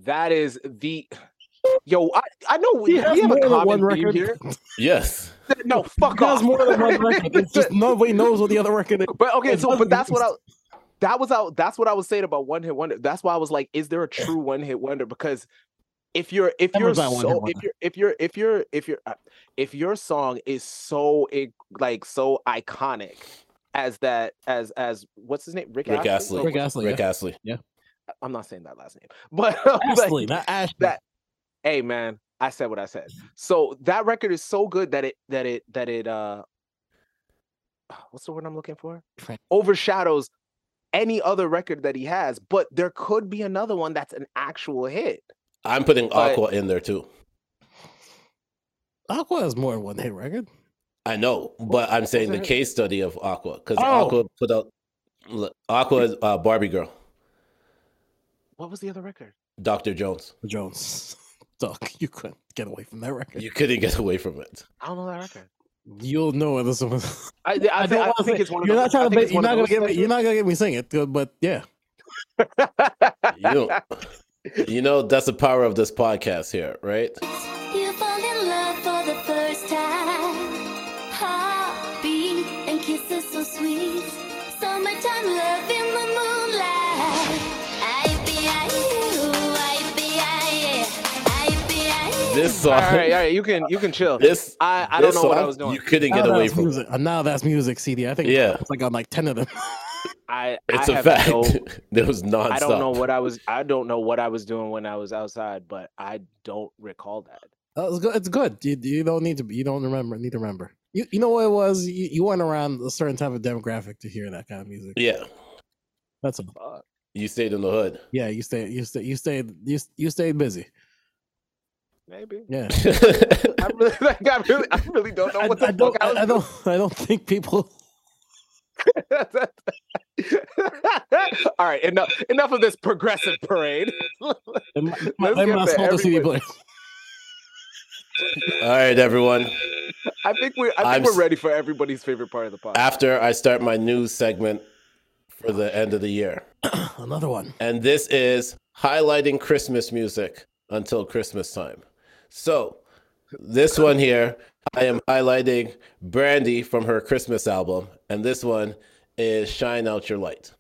[SPEAKER 2] that is the. Yo, I, I know we,
[SPEAKER 4] He
[SPEAKER 2] we
[SPEAKER 4] has
[SPEAKER 2] have
[SPEAKER 4] more
[SPEAKER 2] a
[SPEAKER 4] than
[SPEAKER 2] common
[SPEAKER 4] one
[SPEAKER 2] theme
[SPEAKER 4] record.
[SPEAKER 2] here.
[SPEAKER 6] Yes.
[SPEAKER 4] [laughs]
[SPEAKER 2] No, fuck
[SPEAKER 4] He has
[SPEAKER 2] off.
[SPEAKER 4] more than
[SPEAKER 6] [laughs]
[SPEAKER 4] one record. It's just nobody knows what the other record is.
[SPEAKER 2] [laughs] But okay,
[SPEAKER 4] It
[SPEAKER 2] so but
[SPEAKER 4] doesn't
[SPEAKER 2] that's what I
[SPEAKER 4] exist.
[SPEAKER 2] that was out that's what I was saying about one hit wonder. That's why I was like, is there a true one hit wonder? Because if you're if
[SPEAKER 4] That
[SPEAKER 2] you're
[SPEAKER 4] was not one hit
[SPEAKER 2] so if
[SPEAKER 4] wonder.
[SPEAKER 2] you're if you're if you're if you're uh, if your song is so i- like so iconic as that as as what's his name? Rick,
[SPEAKER 6] Rick
[SPEAKER 2] Astley.
[SPEAKER 6] Astley.
[SPEAKER 2] No,
[SPEAKER 6] Rick Astley. Rick
[SPEAKER 2] yeah.
[SPEAKER 6] Astley.
[SPEAKER 4] Oh, Yeah.
[SPEAKER 2] I'm not saying that last name, [laughs] but
[SPEAKER 4] Astley,
[SPEAKER 2] like,
[SPEAKER 4] not Ashley.
[SPEAKER 2] That, hey man, I said what I said. So that record is so good that it that it that it uh [sighs] what's the word I'm looking for?
[SPEAKER 4] Tran-
[SPEAKER 2] Overshadows any other record that he has, but there could be another one that's an actual hit.
[SPEAKER 6] I'm putting
[SPEAKER 2] But-
[SPEAKER 6] Aqua in there too.
[SPEAKER 4] Aqua has more than one hit record.
[SPEAKER 6] I know, but I'm saying the
[SPEAKER 4] Okay.
[SPEAKER 6] case study of Aqua because
[SPEAKER 4] Oh.
[SPEAKER 6] Aqua put out look, Aqua is uh, Barbie Girl,
[SPEAKER 2] What was the other record?
[SPEAKER 6] Doctor Jones.
[SPEAKER 4] Jones, Duck, you couldn't get away from that record.
[SPEAKER 6] You couldn't get away from it.
[SPEAKER 2] I don't know that record.
[SPEAKER 4] You'll know it. This one.
[SPEAKER 2] I, I, I, I
[SPEAKER 4] don't wanna
[SPEAKER 2] think
[SPEAKER 4] say-
[SPEAKER 2] it's one of
[SPEAKER 4] You're
[SPEAKER 2] those-
[SPEAKER 4] not
[SPEAKER 2] I think
[SPEAKER 4] trying to. Make,
[SPEAKER 2] it's
[SPEAKER 4] you're
[SPEAKER 2] one of
[SPEAKER 4] not gonna
[SPEAKER 2] those
[SPEAKER 4] get. Me,
[SPEAKER 2] things
[SPEAKER 4] you're not gonna get me sing it. But yeah,
[SPEAKER 2] [laughs]
[SPEAKER 6] You know, you know that's the power of this podcast here, right?
[SPEAKER 11] You fall in love for the first time. Heartbeat and kisses so sweet. Summertime love in the moonlight. I be I you, I be I, I be I.
[SPEAKER 6] This song.
[SPEAKER 2] All right, all right, you can you can chill.
[SPEAKER 6] This
[SPEAKER 2] I I don't
[SPEAKER 6] this
[SPEAKER 2] know what I
[SPEAKER 6] song,
[SPEAKER 2] was doing.
[SPEAKER 6] You couldn't
[SPEAKER 4] Now
[SPEAKER 6] get away
[SPEAKER 4] That's
[SPEAKER 6] from it.
[SPEAKER 4] music. uh, Now that's music CD. I think
[SPEAKER 6] Yeah.
[SPEAKER 4] it's like on like ten of them. [laughs]
[SPEAKER 2] I
[SPEAKER 6] It's
[SPEAKER 2] I
[SPEAKER 6] a
[SPEAKER 2] have
[SPEAKER 6] fact. [laughs]
[SPEAKER 2] no- [laughs]
[SPEAKER 6] there was nonstop.
[SPEAKER 2] I don't know what I was I don't know what I was doing when I was outside, but I don't recall that.
[SPEAKER 4] Oh, it's good. It's good. You, you don't need to. be- You don't remember. Need to remember. You, you know what it was. You, you went around a certain type of demographic to hear that kind of music.
[SPEAKER 6] Yeah,
[SPEAKER 4] That's a,
[SPEAKER 2] Fuck.
[SPEAKER 6] you stayed in the hood. [laughs]
[SPEAKER 4] yeah. You stay. You stay. You stayed. You, you stayed busy.
[SPEAKER 2] Maybe.
[SPEAKER 4] Yeah.
[SPEAKER 2] I really [laughs] like, I really I really don't know what the
[SPEAKER 4] I
[SPEAKER 2] fuck
[SPEAKER 4] don't.
[SPEAKER 2] I
[SPEAKER 4] I,
[SPEAKER 2] was
[SPEAKER 4] I don't. I don't think people.
[SPEAKER 2] [laughs] All right, enough enough of this progressive parade.
[SPEAKER 4] They might,
[SPEAKER 2] Let's
[SPEAKER 4] they
[SPEAKER 2] get
[SPEAKER 4] might
[SPEAKER 2] there,
[SPEAKER 4] smoke a CD
[SPEAKER 2] everybody.
[SPEAKER 4] player.
[SPEAKER 6] All right, everyone.
[SPEAKER 2] I think we're I think
[SPEAKER 6] I'm
[SPEAKER 2] we're
[SPEAKER 6] s-
[SPEAKER 2] ready for everybody's favorite part of the podcast.
[SPEAKER 6] After I start my new segment for the end of the year,
[SPEAKER 4] [clears throat] Another one.
[SPEAKER 6] and this is highlighting Christmas music until Christmas time. So,
[SPEAKER 4] [clears throat]
[SPEAKER 6] this one here, I am highlighting Brandy from her Christmas album, and this one is Shine Out Your Light.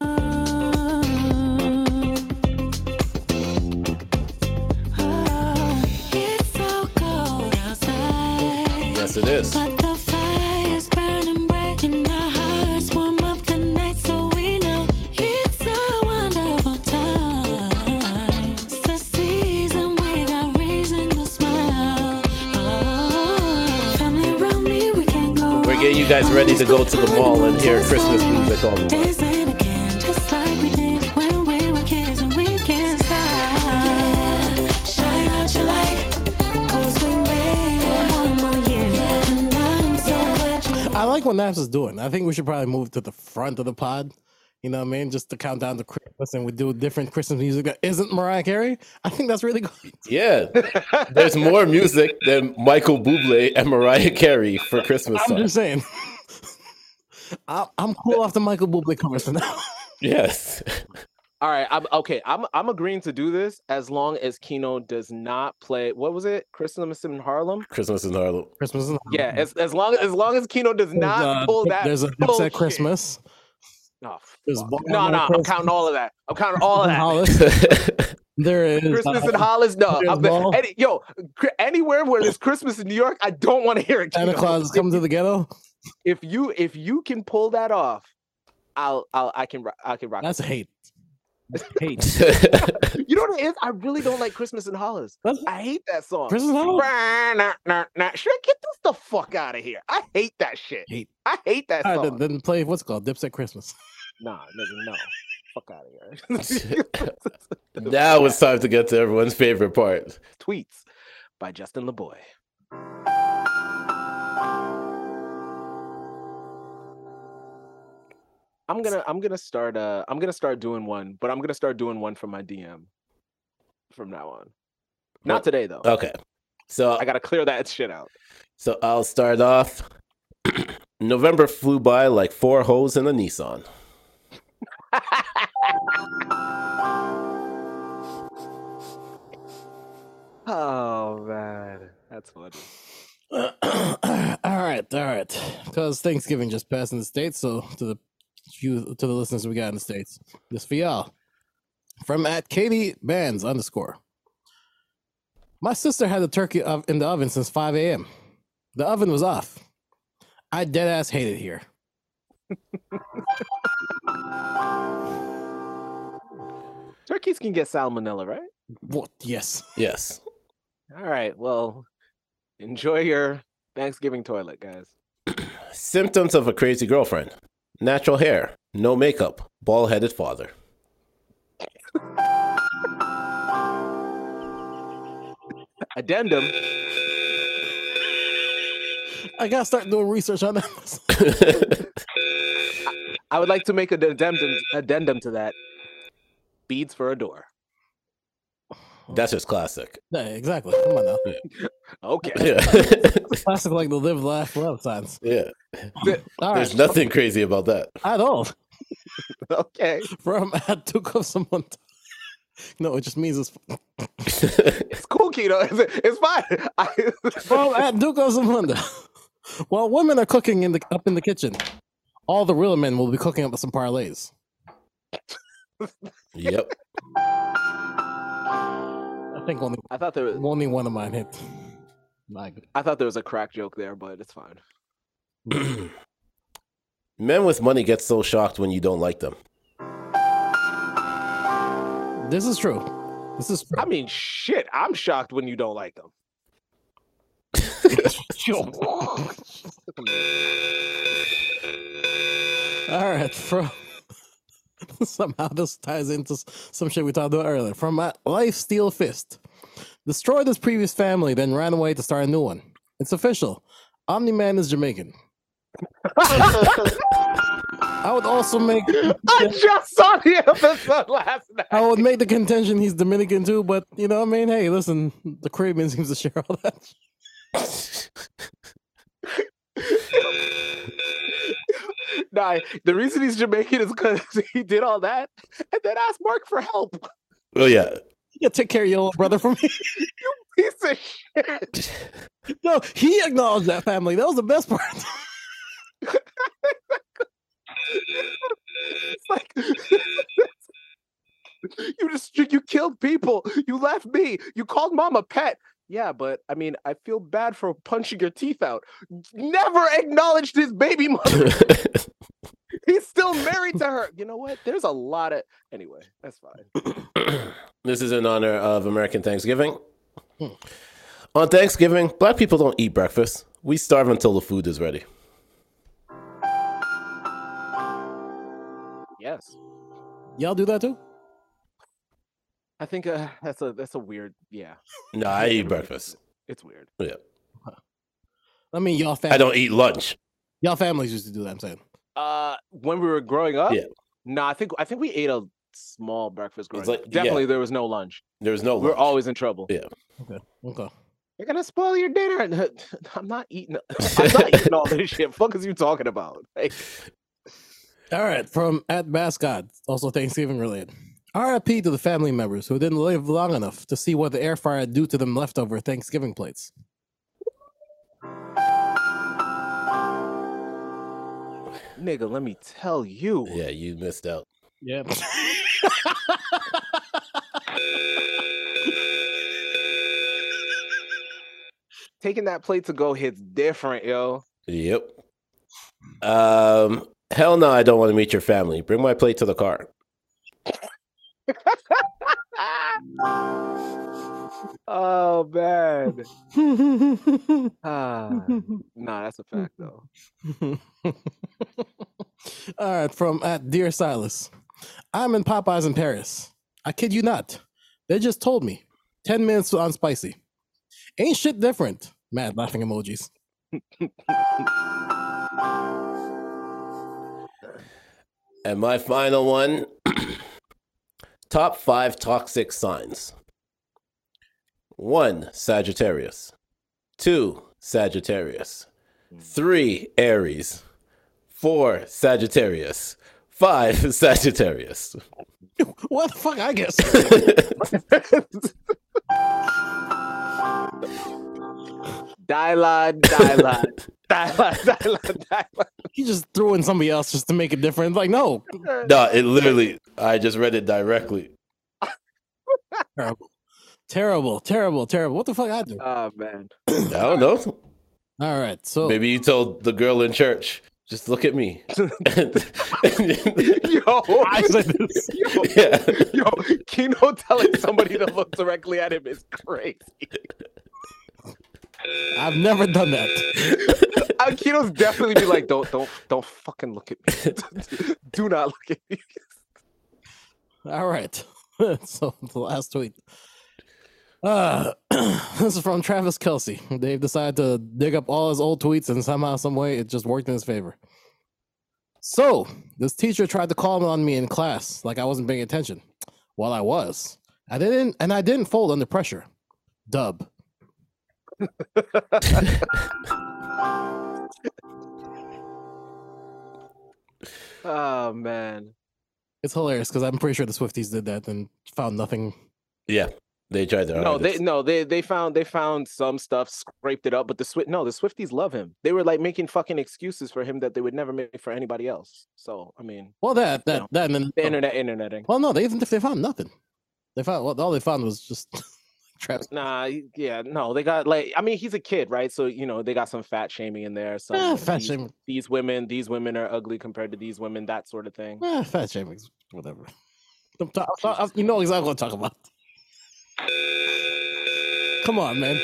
[SPEAKER 11] It's so cold outside.
[SPEAKER 6] Yes, it is.
[SPEAKER 11] But the fire's burning bright in our hearts. Warm up the night so we know it's a wonderful time. It's the season without reason to smile. Oh, family around me, we can go.
[SPEAKER 6] We're getting you guys ready to go to the mall and hear Christmas music all the way.
[SPEAKER 11] Dancing again, just like we did when we were kids and we can't stop. Shine out your light, 'cause we made it one more year. And I'm so glad you
[SPEAKER 4] I like what Naps is doing. I think we should probably move to the front of the pod. You know what I mean? Just to count down to Christmas and we do different Christmas music that isn't Mariah Carey. I think that's really good.
[SPEAKER 6] Yeah, there's more music than Michael Bublé and Mariah Carey for Christmas
[SPEAKER 4] I'm
[SPEAKER 6] time.
[SPEAKER 4] just saying. [laughs] I, I'm cool off the Michael Bublé covers for now. [laughs]
[SPEAKER 6] Yes.
[SPEAKER 2] All right, I'm okay. I'm I'm agreeing to do this as long as Kino does not play what was it? Christmas in Harlem?
[SPEAKER 6] Christmas in Harlem. [laughs]
[SPEAKER 4] Christmas is
[SPEAKER 2] Yeah,
[SPEAKER 6] Um,
[SPEAKER 2] as, as long as long as Kino does not pull that.
[SPEAKER 4] There's a
[SPEAKER 2] bullshit.
[SPEAKER 4] Dipset Christmas.
[SPEAKER 2] No,
[SPEAKER 4] There's
[SPEAKER 2] fuck.
[SPEAKER 4] Bob
[SPEAKER 2] no,
[SPEAKER 4] Marley
[SPEAKER 2] no, I'm
[SPEAKER 4] Christmas.
[SPEAKER 2] counting all of that. I'm counting all of
[SPEAKER 4] and
[SPEAKER 2] that.
[SPEAKER 4] Hollis. there is
[SPEAKER 2] Christmas
[SPEAKER 4] uh,
[SPEAKER 2] in Hollis, no.
[SPEAKER 4] there's
[SPEAKER 2] I'm the-
[SPEAKER 4] Ball.
[SPEAKER 2] any, yo, cr- anywhere where there's Christmas in New York, I don't want to hear it.
[SPEAKER 4] Santa
[SPEAKER 2] Kino.
[SPEAKER 4] Claus is coming to the ghetto.
[SPEAKER 2] If you if you can pull that off, I'll I'll I can ro- I can rock.
[SPEAKER 4] That's
[SPEAKER 2] with
[SPEAKER 4] hate. That's hate.
[SPEAKER 2] it. You know what it is? I really don't like Christmas in Hollis.
[SPEAKER 4] That's-
[SPEAKER 2] I hate that song.
[SPEAKER 4] Christmas in Hollis?
[SPEAKER 2] Nah, nah, nah. Shrek, get this the fuck out of here. I hate that shit.
[SPEAKER 4] Hate.
[SPEAKER 2] I hate that
[SPEAKER 4] All right,
[SPEAKER 2] song.
[SPEAKER 4] then, then play what's it called Dipset Christmas.
[SPEAKER 2] Nah, nigga, no. Fuck out [laughs] of here.
[SPEAKER 6] Now it's time to get to everyone's favorite part.
[SPEAKER 2] Tweets by Justin LeBoy. I'm gonna I'm gonna start uh I'm gonna start doing one, but I'm gonna start doing one from my DM from now on. Not
[SPEAKER 6] What-
[SPEAKER 2] today though.
[SPEAKER 6] Okay. So
[SPEAKER 2] I gotta clear that [laughs] shit out.
[SPEAKER 6] so I'll start off. [clears throat] November flew by like four hoes in a Nissan.
[SPEAKER 2] Oh man, that's funny.
[SPEAKER 4] [coughs] all right, all right. Because Thanksgiving just passed in the states, so to the few to the listeners we got in the states, this for y'all from at Katie Bands underscore. My sister had the turkey ov- in the oven since 5 a.m. The oven was off. I dead ass hate it here.
[SPEAKER 2] Turkeys can get salmonella, right?
[SPEAKER 4] What? Yes.
[SPEAKER 6] Yes.
[SPEAKER 2] All right. Well, enjoy your Thanksgiving toilet, guys.
[SPEAKER 6] Symptoms of a crazy girlfriend: natural hair, no makeup, bald-headed father. [laughs]
[SPEAKER 2] Addendum.
[SPEAKER 4] I gotta start doing research on that. [laughs]
[SPEAKER 2] I would like to make an addendum addendum to that. Beads for a door.
[SPEAKER 6] That's just classic.
[SPEAKER 4] yeah, exactly. Come on now.
[SPEAKER 2] Okay.
[SPEAKER 6] [laughs]
[SPEAKER 4] Classic like the live, laugh, love signs.
[SPEAKER 6] Yeah.
[SPEAKER 4] All
[SPEAKER 6] There's
[SPEAKER 4] right.
[SPEAKER 6] nothing crazy about that.
[SPEAKER 4] At all.
[SPEAKER 2] [laughs] okay.
[SPEAKER 4] From I took off someone. [laughs] No, it just means it's
[SPEAKER 2] It's cool, Keto. It's, it's fine. I,
[SPEAKER 4] from at Duke of Zamunda. [laughs] While women are cooking in the up in the kitchen, all the real men will be cooking up some parlays.
[SPEAKER 6] Yep.
[SPEAKER 4] I think only
[SPEAKER 2] I thought there was
[SPEAKER 4] only one of mine hit. My good-
[SPEAKER 2] I thought there was a crack joke there, but it's fine.
[SPEAKER 6] Men with money get so shocked when you don't like them.
[SPEAKER 4] This is true. This is true.
[SPEAKER 2] I mean, shit. I'm shocked when you don't like them.
[SPEAKER 4] All right, [laughs] from somehow this ties into s- some shit we talked about earlier. From my life, steel fist, destroyed his previous family, then ran away to start a new one. It's official. Omni Man is Jamaican. I would also make.
[SPEAKER 2] [laughs] I just saw the episode last night.
[SPEAKER 4] I would make the contention he's Dominican too, but you know, I mean, hey, listen, the Caribbean [laughs] seems to share all that.
[SPEAKER 2] [laughs] Nah, the reason he's Jamaican is because [laughs] he did all that and then asked Mark for help. [laughs]
[SPEAKER 6] Oh [laughs] yeah.
[SPEAKER 4] Yeah, take care of your little brother for me. [laughs]
[SPEAKER 2] Piece of shit.
[SPEAKER 4] No, he acknowledged that family. That was the best part.
[SPEAKER 2] [laughs] It's like [laughs] you just you killed people. You left me. You called mom a pet. Yeah, but I mean, I feel bad for punching your teeth out. Never acknowledged his baby
[SPEAKER 6] [laughs]
[SPEAKER 2] mother. He's still married to her. You know what? There's a lot of anyway. That's fine.
[SPEAKER 6] This is in honor of American Thanksgiving. On Thanksgiving, black people don't eat breakfast. We starve until the food is ready.
[SPEAKER 2] Yes,
[SPEAKER 4] Y'all do that too?
[SPEAKER 2] I think uh, that's a that's a weird. Yeah,
[SPEAKER 6] No, I eat breakfast.
[SPEAKER 2] it's weird.
[SPEAKER 6] Yeah.
[SPEAKER 4] I mean, y'all family.
[SPEAKER 6] I don't eat lunch.
[SPEAKER 4] Y'all families used to do that. I'm saying.
[SPEAKER 2] Uh, when we were growing up,
[SPEAKER 6] Yeah.
[SPEAKER 2] no, I think I think we ate a small breakfast growing
[SPEAKER 6] like-
[SPEAKER 2] up.
[SPEAKER 6] yeah.
[SPEAKER 2] Definitely, there was no lunch.
[SPEAKER 6] There was no
[SPEAKER 2] We We're
[SPEAKER 6] lunch.
[SPEAKER 2] always in trouble.
[SPEAKER 6] Yeah.
[SPEAKER 4] Okay. Okay.
[SPEAKER 2] You're gonna spoil your dinner. [laughs] I'm not eating. I'm not eating all this shit. Fuck is you talking about? Like,
[SPEAKER 4] All right, from at Mascot, also Thanksgiving related. RIP to the family members who didn't live long enough to see what the air fryer do to them leftover Thanksgiving plates.
[SPEAKER 2] nigga, let me tell you.
[SPEAKER 6] Yeah, you missed out.
[SPEAKER 4] Yep.
[SPEAKER 2] Taking that plate to go hits different, yo.
[SPEAKER 6] Yep. Um, hell no, I don't want to meet your family. Bring my plate to the car.
[SPEAKER 2] Ah! Oh man. Ah, nah, that's a fact though. [laughs]
[SPEAKER 4] All right, from at Dear Silas. I'm in Popeyes in Paris. I kid you not. They just told me. 10 minutes on spicy. Ain't shit different. Mad laughing emojis.
[SPEAKER 6] And my final one [clears throat] top five toxic signs. One, Sagittarius. Two, Sagittarius.
[SPEAKER 2] Hmm.
[SPEAKER 6] Three, Aries. Four, Sagittarius. Five, [laughs] Sagittarius.
[SPEAKER 4] What the fuck, I guess.
[SPEAKER 2] Dylon, Dylon, Dylon, Dylon, Dylon.
[SPEAKER 4] he just threw in somebody else just to make it different. Like, no.
[SPEAKER 6] No, it literally, I just read it directly.
[SPEAKER 4] Terrible. Terrible, terrible, terrible. What the fuck I do?
[SPEAKER 2] Oh man. [laughs]
[SPEAKER 6] I don't know.
[SPEAKER 4] All right, so
[SPEAKER 2] Oh.
[SPEAKER 6] Maybe you told the girl in church, Just look
[SPEAKER 2] [laughs]
[SPEAKER 6] at me. [laughs]
[SPEAKER 2] yo, [laughs] yo, [laughs] yo, Kino telling somebody to look directly at him is crazy.
[SPEAKER 4] I've never done that.
[SPEAKER 2] Uh, Kino's definitely be like, don't, don't, don't fucking look at [laughs] me. Do not look at me.
[SPEAKER 4] All right. [laughs] so the last tweet. Uh, [clears throat] this is from Travis Kelsey. They've decided to dig up all his old tweets, and somehow, some way, it just worked in his favor. So this teacher tried to call on me in class, like I wasn't paying attention. Well, I was. I didn't, and I didn't fold under pressure. Dub.
[SPEAKER 2] oh man,
[SPEAKER 4] it's hilarious because I'm pretty sure the Swifties did that and found nothing.
[SPEAKER 6] Yeah, they tried
[SPEAKER 2] No,
[SPEAKER 6] their
[SPEAKER 4] Oh,
[SPEAKER 2] they
[SPEAKER 6] hardest.
[SPEAKER 2] no, they they found they found some stuff, scraped it up, but the Swift no, the Swifties love him. They were like making fucking excuses for him that they would never make for anybody else. So I mean,
[SPEAKER 4] Well, that that
[SPEAKER 2] know,
[SPEAKER 4] that and then
[SPEAKER 2] the internet, interneting.
[SPEAKER 4] Well, no, they even if they found nothing, they found well, all they found was just [laughs] traps.
[SPEAKER 2] Nah, y- yeah, no, they got like I mean, he's a kid, right? So you know, they got some fat shaming in there. Some
[SPEAKER 4] Eh,
[SPEAKER 2] like,
[SPEAKER 4] fat
[SPEAKER 2] these,
[SPEAKER 4] shaming.
[SPEAKER 2] These women, these women are ugly compared to these women, that sort of thing.
[SPEAKER 4] Eh, fat shaming, whatever. [laughs] I'm ta- I'm ta- I'm- you know exactly what I'm talking about. Come on, man.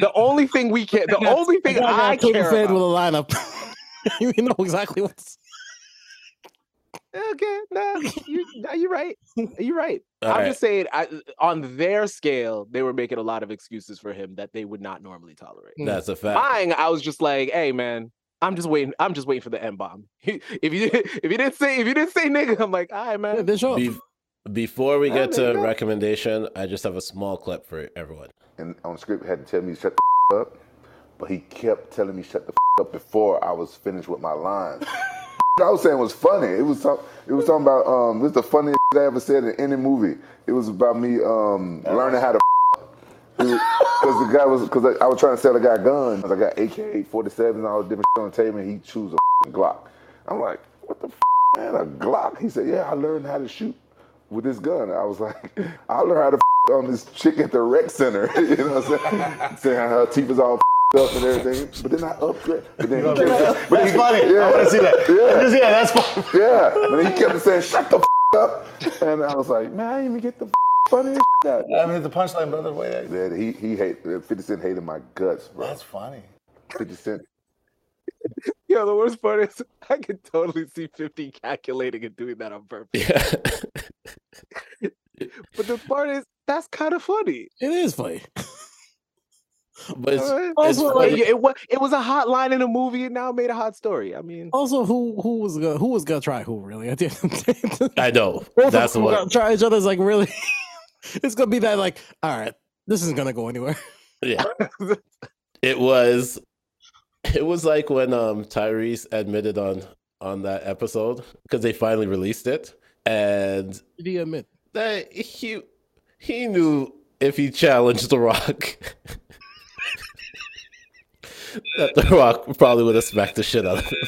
[SPEAKER 2] the only thing we can, the only thing I care about.
[SPEAKER 4] with a lineup. [laughs] you know exactly what's.
[SPEAKER 2] Okay, nah, you, nah, you're right. You're right.
[SPEAKER 6] [laughs] All
[SPEAKER 2] I'm
[SPEAKER 6] right.
[SPEAKER 2] just saying, I, on their scale, they were making a lot of excuses for him that they would not normally tolerate.
[SPEAKER 6] That's a fact.
[SPEAKER 2] Mine, I was just like, "Hey, man, I'm just waiting. I'm just waiting for the M bomb. [laughs] if you if you didn't say if you didn't say nigga, I'm like, all right, man.
[SPEAKER 4] [laughs]
[SPEAKER 6] Be- before we
[SPEAKER 2] Oh,
[SPEAKER 6] get
[SPEAKER 2] there
[SPEAKER 6] to
[SPEAKER 2] you go.
[SPEAKER 6] recommendation, I just have a small clip for everyone. [laughs]
[SPEAKER 21] and on script had to tell me to shut the up, but he kept telling me shut the up before I was finished with my lines. [laughs] I was saying was funny. It was some, it was talking about um, this is the funniest I ever said in any movie. It was about me um, learning how to because the guy was because I, I was trying to sell the guy guns. I got AK 47 and all the different shit on the table, and he chose a Glock. I'm like, what the f- man, a Glock? He said, yeah, I learned how to shoot with this gun. I was like, [laughs] I learned how to f- on this chick at the rec center. [laughs] you know what I'm saying? saying how her teeth is all f- up and everything. But then I upgrade. But then he kept, but
[SPEAKER 22] That's funny. I wanna see that. I wanna see that. That's funny.
[SPEAKER 21] Yeah. But he kept saying, shut the f- up. And I was like, man, I didn't even get the f- funniest shit out.
[SPEAKER 22] I mean, the punchline, brother. Wait, I-
[SPEAKER 21] That he he hate 50 Cent hated my guts, bro.
[SPEAKER 22] that's funny.
[SPEAKER 21] 50 Cent.
[SPEAKER 2] Yo, the worst part is [laughs] I could totally see 50 calculating and doing that on purpose. but the part is that's kind of funny.
[SPEAKER 4] It is funny.
[SPEAKER 6] But
[SPEAKER 4] Oh,
[SPEAKER 6] it's,
[SPEAKER 2] Alright.
[SPEAKER 6] it's
[SPEAKER 2] Also, like,
[SPEAKER 6] funny.
[SPEAKER 2] it, wa- it was a hot line in a movie and now made a hot story. I mean,
[SPEAKER 4] Also, who who was gonna who was gonna try who really? [laughs] I didn't.
[SPEAKER 6] I know.
[SPEAKER 4] Both
[SPEAKER 6] That's
[SPEAKER 4] of them
[SPEAKER 6] what.
[SPEAKER 4] gonna try each other's like really. [laughs] it's gonna be that like all right, this isn't gonna go anywhere.
[SPEAKER 6] [laughs]
[SPEAKER 4] [laughs]
[SPEAKER 6] Yeah. it was it was like when um Tyrese admitted on on that episode because they finally released it and
[SPEAKER 4] Did he admit?
[SPEAKER 6] that he he knew if he challenged The Rock [laughs] that The Rock probably would have smacked the shit out of him.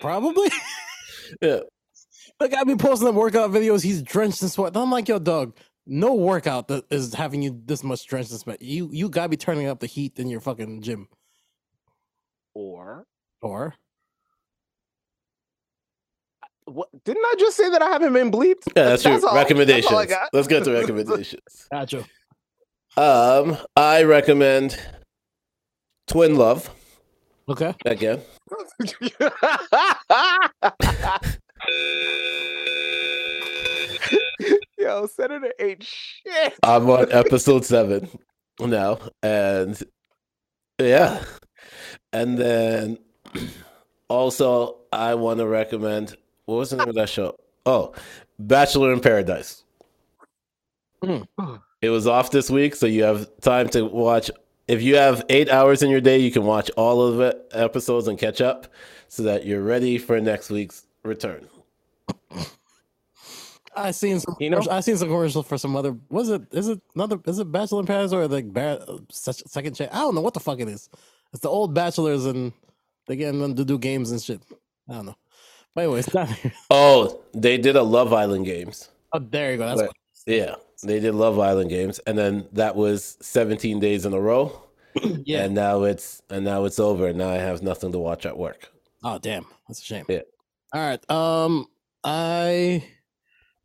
[SPEAKER 4] Probably. [laughs]
[SPEAKER 6] Yeah.
[SPEAKER 4] Like I've been posting them workout videos. He's drenched in sweat. I'm like, yo, dog. No workout that is having you this much drenched in sweat. You you gotta be turning up the heat in your fucking gym.
[SPEAKER 2] or
[SPEAKER 4] Or
[SPEAKER 2] what? Didn't I just say that I haven't been bleeped? [laughs]
[SPEAKER 6] Yeah, that's, true.
[SPEAKER 2] all- that's all I
[SPEAKER 6] recommendations.
[SPEAKER 2] got.
[SPEAKER 6] [laughs] Let's get to recommendations.
[SPEAKER 2] [laughs]
[SPEAKER 4] Gotcha.
[SPEAKER 6] Um, I recommend Twin Love.
[SPEAKER 4] Okay.
[SPEAKER 6] Again.
[SPEAKER 2] Yo, Senator ain't shit.
[SPEAKER 6] I'm on episode seven now, and yeah, and then [clears throat] also I want to recommend what was the name of that show? Oh, Bachelor in Paradise. It was off this week, so you have time to watch. If you have eight hours in your day, you can watch all of the episodes and catch up, so that you're ready for next week's return.
[SPEAKER 4] I seen some. You know, I seen some commercial for some other. Was it? Is it another? Is it Bachelor in Paradise or like Bar- uh, such second check? I don't know what the fuck it is. It's the old bachelors and they getting them to do games and shit. I don't know. But anyway, [laughs] it's not.
[SPEAKER 6] Oh, they did a Love Island games.
[SPEAKER 4] Oh, there you go. That's
[SPEAKER 6] But- yeah, they did Love Island games, and then that was 17 days in a row.
[SPEAKER 4] Yeah.
[SPEAKER 6] and now it's and now it's over. and Now I have nothing to watch at work. [laughs]
[SPEAKER 4] Oh damn, that's a shame.
[SPEAKER 6] Yeah.
[SPEAKER 4] All right. Um, I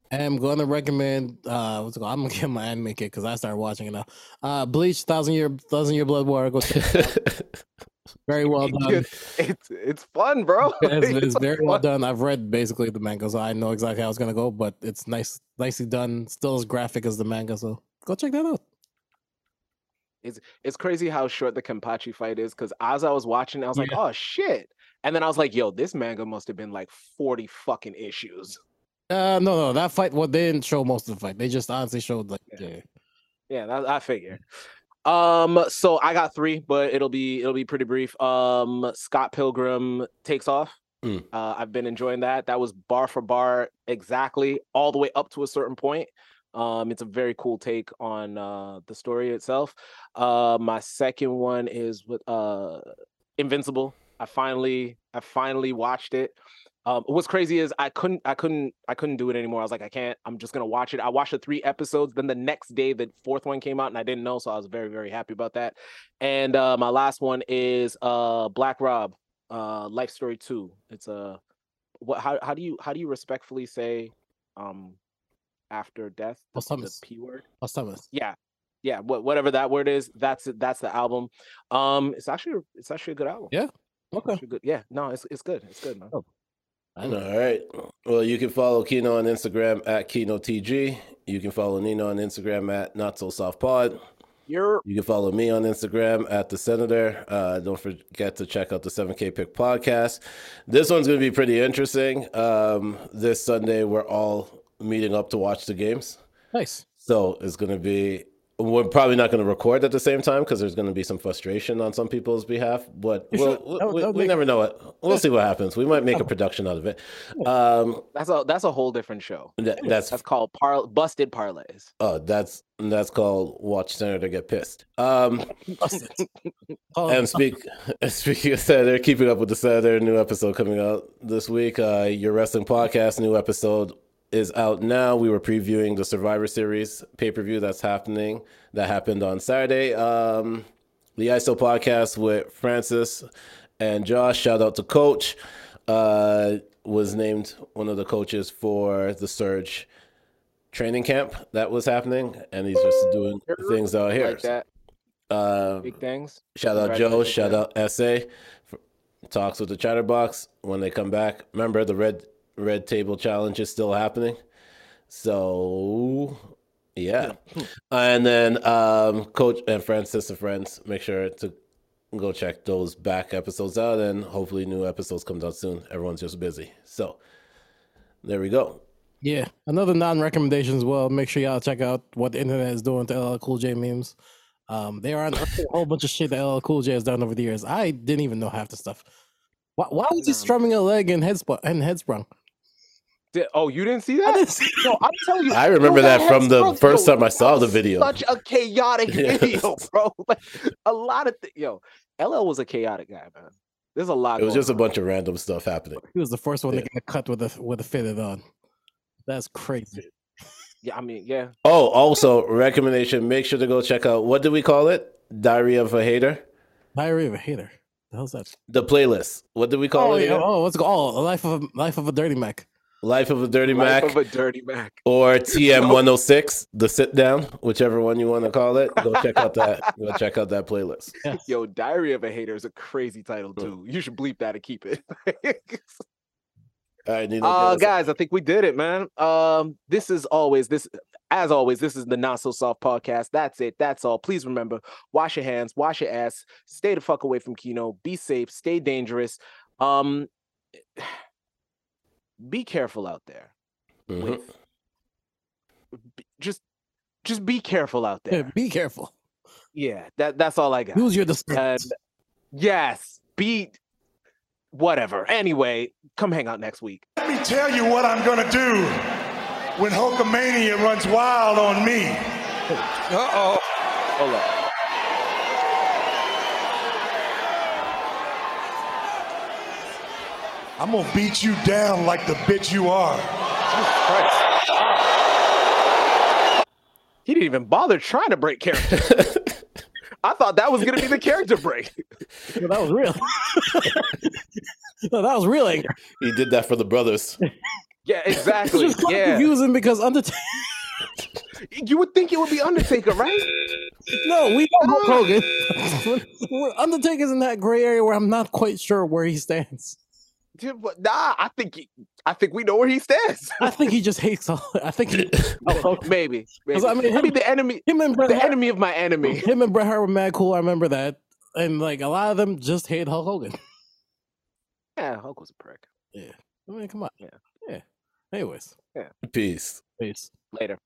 [SPEAKER 4] am going to recommend. Uh, what's it called? I'm gonna [laughs] get my anime kick because I started watching it now. Uh, Bleach, Thousand Year, Thousand Year Blood War. Go
[SPEAKER 6] [laughs]
[SPEAKER 4] check it out. very well done.
[SPEAKER 2] It's it's fun, bro.
[SPEAKER 4] [laughs] It's,
[SPEAKER 2] [laughs]
[SPEAKER 4] it's very well done. I've read basically the manga, so I know exactly how it's gonna go. But it's nice, nicely done. Still as graphic as the manga, so go check that out.
[SPEAKER 2] It's it's crazy how short the Kenpachi fight is because as I was watching, I was like, oh shit. And then I was like, yo, this manga must have been like 40 fucking issues.
[SPEAKER 4] Uh, no, no, that fight. Well, they didn't show most of the fight. They just honestly showed like, yeah.
[SPEAKER 2] Yeah, that, I figure. Um, so I got three, but it'll be it'll be pretty brief. Um, Scott Pilgrim takes off.
[SPEAKER 6] Mm.
[SPEAKER 2] Uh, I've been enjoying that. That was bar for bar exactly all the way up to a certain point. Um, it's a very cool take on uh, the story itself. Uh, my second one is with uh, Invincible. I finally I finally watched it. Um, what's crazy is I couldn't I couldn't I couldn't do it anymore. I was like I can't. I'm just gonna watch it. I watched the three episodes. Then the next day the fourth one came out and I didn't know, so I was very very happy about that. And uh, my last one is uh, Black Rob, uh, Life Story Two. It's a what? How how do you how do you respectfully say um after death? The, the
[SPEAKER 4] Posthumous.
[SPEAKER 2] P word.
[SPEAKER 4] Plus Thomas.
[SPEAKER 2] Yeah. Yeah, what whatever that word is, that's it. That's the album. Um, it's actually it's actually a good album.
[SPEAKER 4] Yeah.
[SPEAKER 2] Okay. Good. Yeah. No, it's it's good. It's good, man.
[SPEAKER 6] Oh. All right. Well, you can follow Kino on Instagram at KinoTG. You can follow Nino on Instagram at Not So Soft Pod.
[SPEAKER 2] You're
[SPEAKER 6] You can follow me on Instagram at the Senator. Uh, don't forget to check out the 7K Pick podcast. This one's going to be pretty interesting. Um, this Sunday, we're all meeting up to watch the games.
[SPEAKER 4] Nice.
[SPEAKER 6] So it's going to be, we're probably not going to record at the same time because there's going to be some frustration on some people's behalf, but
[SPEAKER 2] You
[SPEAKER 6] we'll,
[SPEAKER 2] should.
[SPEAKER 6] we
[SPEAKER 2] That would-
[SPEAKER 6] we-
[SPEAKER 2] that would
[SPEAKER 6] we
[SPEAKER 2] make- Oh.
[SPEAKER 6] never know it. We'll see what happens. We might make a production out of it. Um,
[SPEAKER 2] That's a that's a whole different show.
[SPEAKER 6] That- that's-
[SPEAKER 2] that's called par- busted parlays.
[SPEAKER 6] oh, that's that's called Watch Senator Get Pissed. Um, [laughs] and speak speaking of Senator, keeping up with the Senator, new episode coming out this week. Uh, Your Wrestling Podcast, new episode is out now. We were previewing the Survivor Series pay per view that's happening that happened on Saturday. Um, the ISO podcast with Francis and Josh. Shout out to Coach. Uh, was named one of the coaches for the Surge training camp that was happening, and he's just doing things out here.
[SPEAKER 2] like that.
[SPEAKER 6] Um,
[SPEAKER 2] Big things.
[SPEAKER 6] Shout out Joe.
[SPEAKER 2] Congratulations,
[SPEAKER 6] Shout out SA. for- Talks with the Chatterbox when they come back. Remember the red red table challenge is still happening. So yeah, and then um, Coach and friends, sister friends, make sure to go check those back episodes out, and hopefully new episodes comes out soon. Everyone's just busy, so there we go.
[SPEAKER 4] Yeah, another non-recommendation as well. Make sure y'all check out what the internet is doing to LL Cool J memes. Um, they are on a
[SPEAKER 6] oh.
[SPEAKER 4] whole bunch of shit that LL Cool J has done over the years. I didn't even know half the stuff. Why, why was he strumming a leg and head sp- and head sprung?
[SPEAKER 2] Di- oh, you didn't see that? No, I'm telling you.
[SPEAKER 6] I remember
[SPEAKER 2] yo,
[SPEAKER 6] that from the
[SPEAKER 2] headstrong-
[SPEAKER 6] first
[SPEAKER 2] yo,
[SPEAKER 6] time I saw the video.
[SPEAKER 2] Such a chaotic
[SPEAKER 6] [laughs] Yes.
[SPEAKER 2] video, bro. [laughs] Like a lot of th- yo, LL was a chaotic guy, man. There's a lot.
[SPEAKER 6] It was
[SPEAKER 2] going
[SPEAKER 6] just a bunch of random stuff happening.
[SPEAKER 4] He was the first one to get a cut with a with a fitted on. That's crazy.
[SPEAKER 2] Yeah, I mean, yeah.
[SPEAKER 6] Oh, also recommendation: make sure to go check out what did we call it? Diary of a Hater.
[SPEAKER 4] Diary of a hater. The hell's that?
[SPEAKER 6] The playlist. What did we call
[SPEAKER 4] oh,
[SPEAKER 6] it?
[SPEAKER 4] yeah,
[SPEAKER 6] again?
[SPEAKER 4] oh, what's it called? Oh, life of a, life of a dirty Mac.
[SPEAKER 6] Life of a Dirty
[SPEAKER 2] Life
[SPEAKER 6] Mac
[SPEAKER 2] of a dirty Mac. [laughs]
[SPEAKER 6] or TM one hundred six. The sit down, whichever one you want to call it. Go check out that. go check out that playlist.
[SPEAKER 2] Yo, Diary of a Hater is a crazy title too. You should bleep that and keep it. [laughs]
[SPEAKER 6] All right, Nino,
[SPEAKER 2] Uh,
[SPEAKER 6] give us-
[SPEAKER 2] guys, I think we did it, man. Um, this is always this, as always, this is the Not So Soft podcast. That's it. That's all. Please remember: wash your hands, wash your ass, stay the fuck away from Kino. Be safe, stay dangerous. Um, [sighs] be careful out there.
[SPEAKER 6] Mhm.
[SPEAKER 4] Mm-hmm.
[SPEAKER 2] With b- just, just be careful out
[SPEAKER 4] Yeah,
[SPEAKER 2] there.
[SPEAKER 4] [laughs] be careful.
[SPEAKER 2] Yeah, that that's all I got.
[SPEAKER 4] Use your discernment.
[SPEAKER 2] And yes, be whatever. Anyway, come hang out next week.
[SPEAKER 1] Let me tell you what I'm going to do when Hulkamania runs wild on me. Uh oh.
[SPEAKER 2] Hold up.
[SPEAKER 1] I'm going to beat you down like the bitch you are.
[SPEAKER 4] [laughs]
[SPEAKER 2] He didn't even bother trying to break character. I thought that was gonna be the character break.
[SPEAKER 4] No, that was real. [laughs] no, that was real anger.
[SPEAKER 6] He did that for the brothers.
[SPEAKER 2] Yeah,
[SPEAKER 4] It's
[SPEAKER 2] exactly.
[SPEAKER 4] just quite
[SPEAKER 2] yeah,
[SPEAKER 4] confusing because Undertaker. [laughs]
[SPEAKER 2] you would think it would be Undertaker, right?
[SPEAKER 4] No, we know
[SPEAKER 2] [laughs]
[SPEAKER 4] Hulk Hogan. [laughs] We're- Undertaker's in that gray area where I'm not quite sure where he stands.
[SPEAKER 2] Dude, but nah, I think he- I think we know where he stands.
[SPEAKER 4] I think he just hates. All, I
[SPEAKER 2] [laughs]
[SPEAKER 4] think he,
[SPEAKER 2] maybe. maybe.
[SPEAKER 4] 'Cause, Oh, I
[SPEAKER 2] I
[SPEAKER 4] mean,
[SPEAKER 2] mean,
[SPEAKER 4] him-
[SPEAKER 2] the enemy,
[SPEAKER 4] him and Bret [laughs]
[SPEAKER 2] the
[SPEAKER 4] Hart-
[SPEAKER 2] enemy of my enemy.
[SPEAKER 4] him and Bret Hart were mad cool. I remember that, and like a lot of them just hate Hulk Hogan.
[SPEAKER 2] Yeah, Hulk was a prick.
[SPEAKER 4] Yeah, I mean, come on.
[SPEAKER 2] Yeah.
[SPEAKER 4] yeah. Anyways,
[SPEAKER 2] Yeah.
[SPEAKER 6] Peace.
[SPEAKER 4] Peace.
[SPEAKER 2] Later.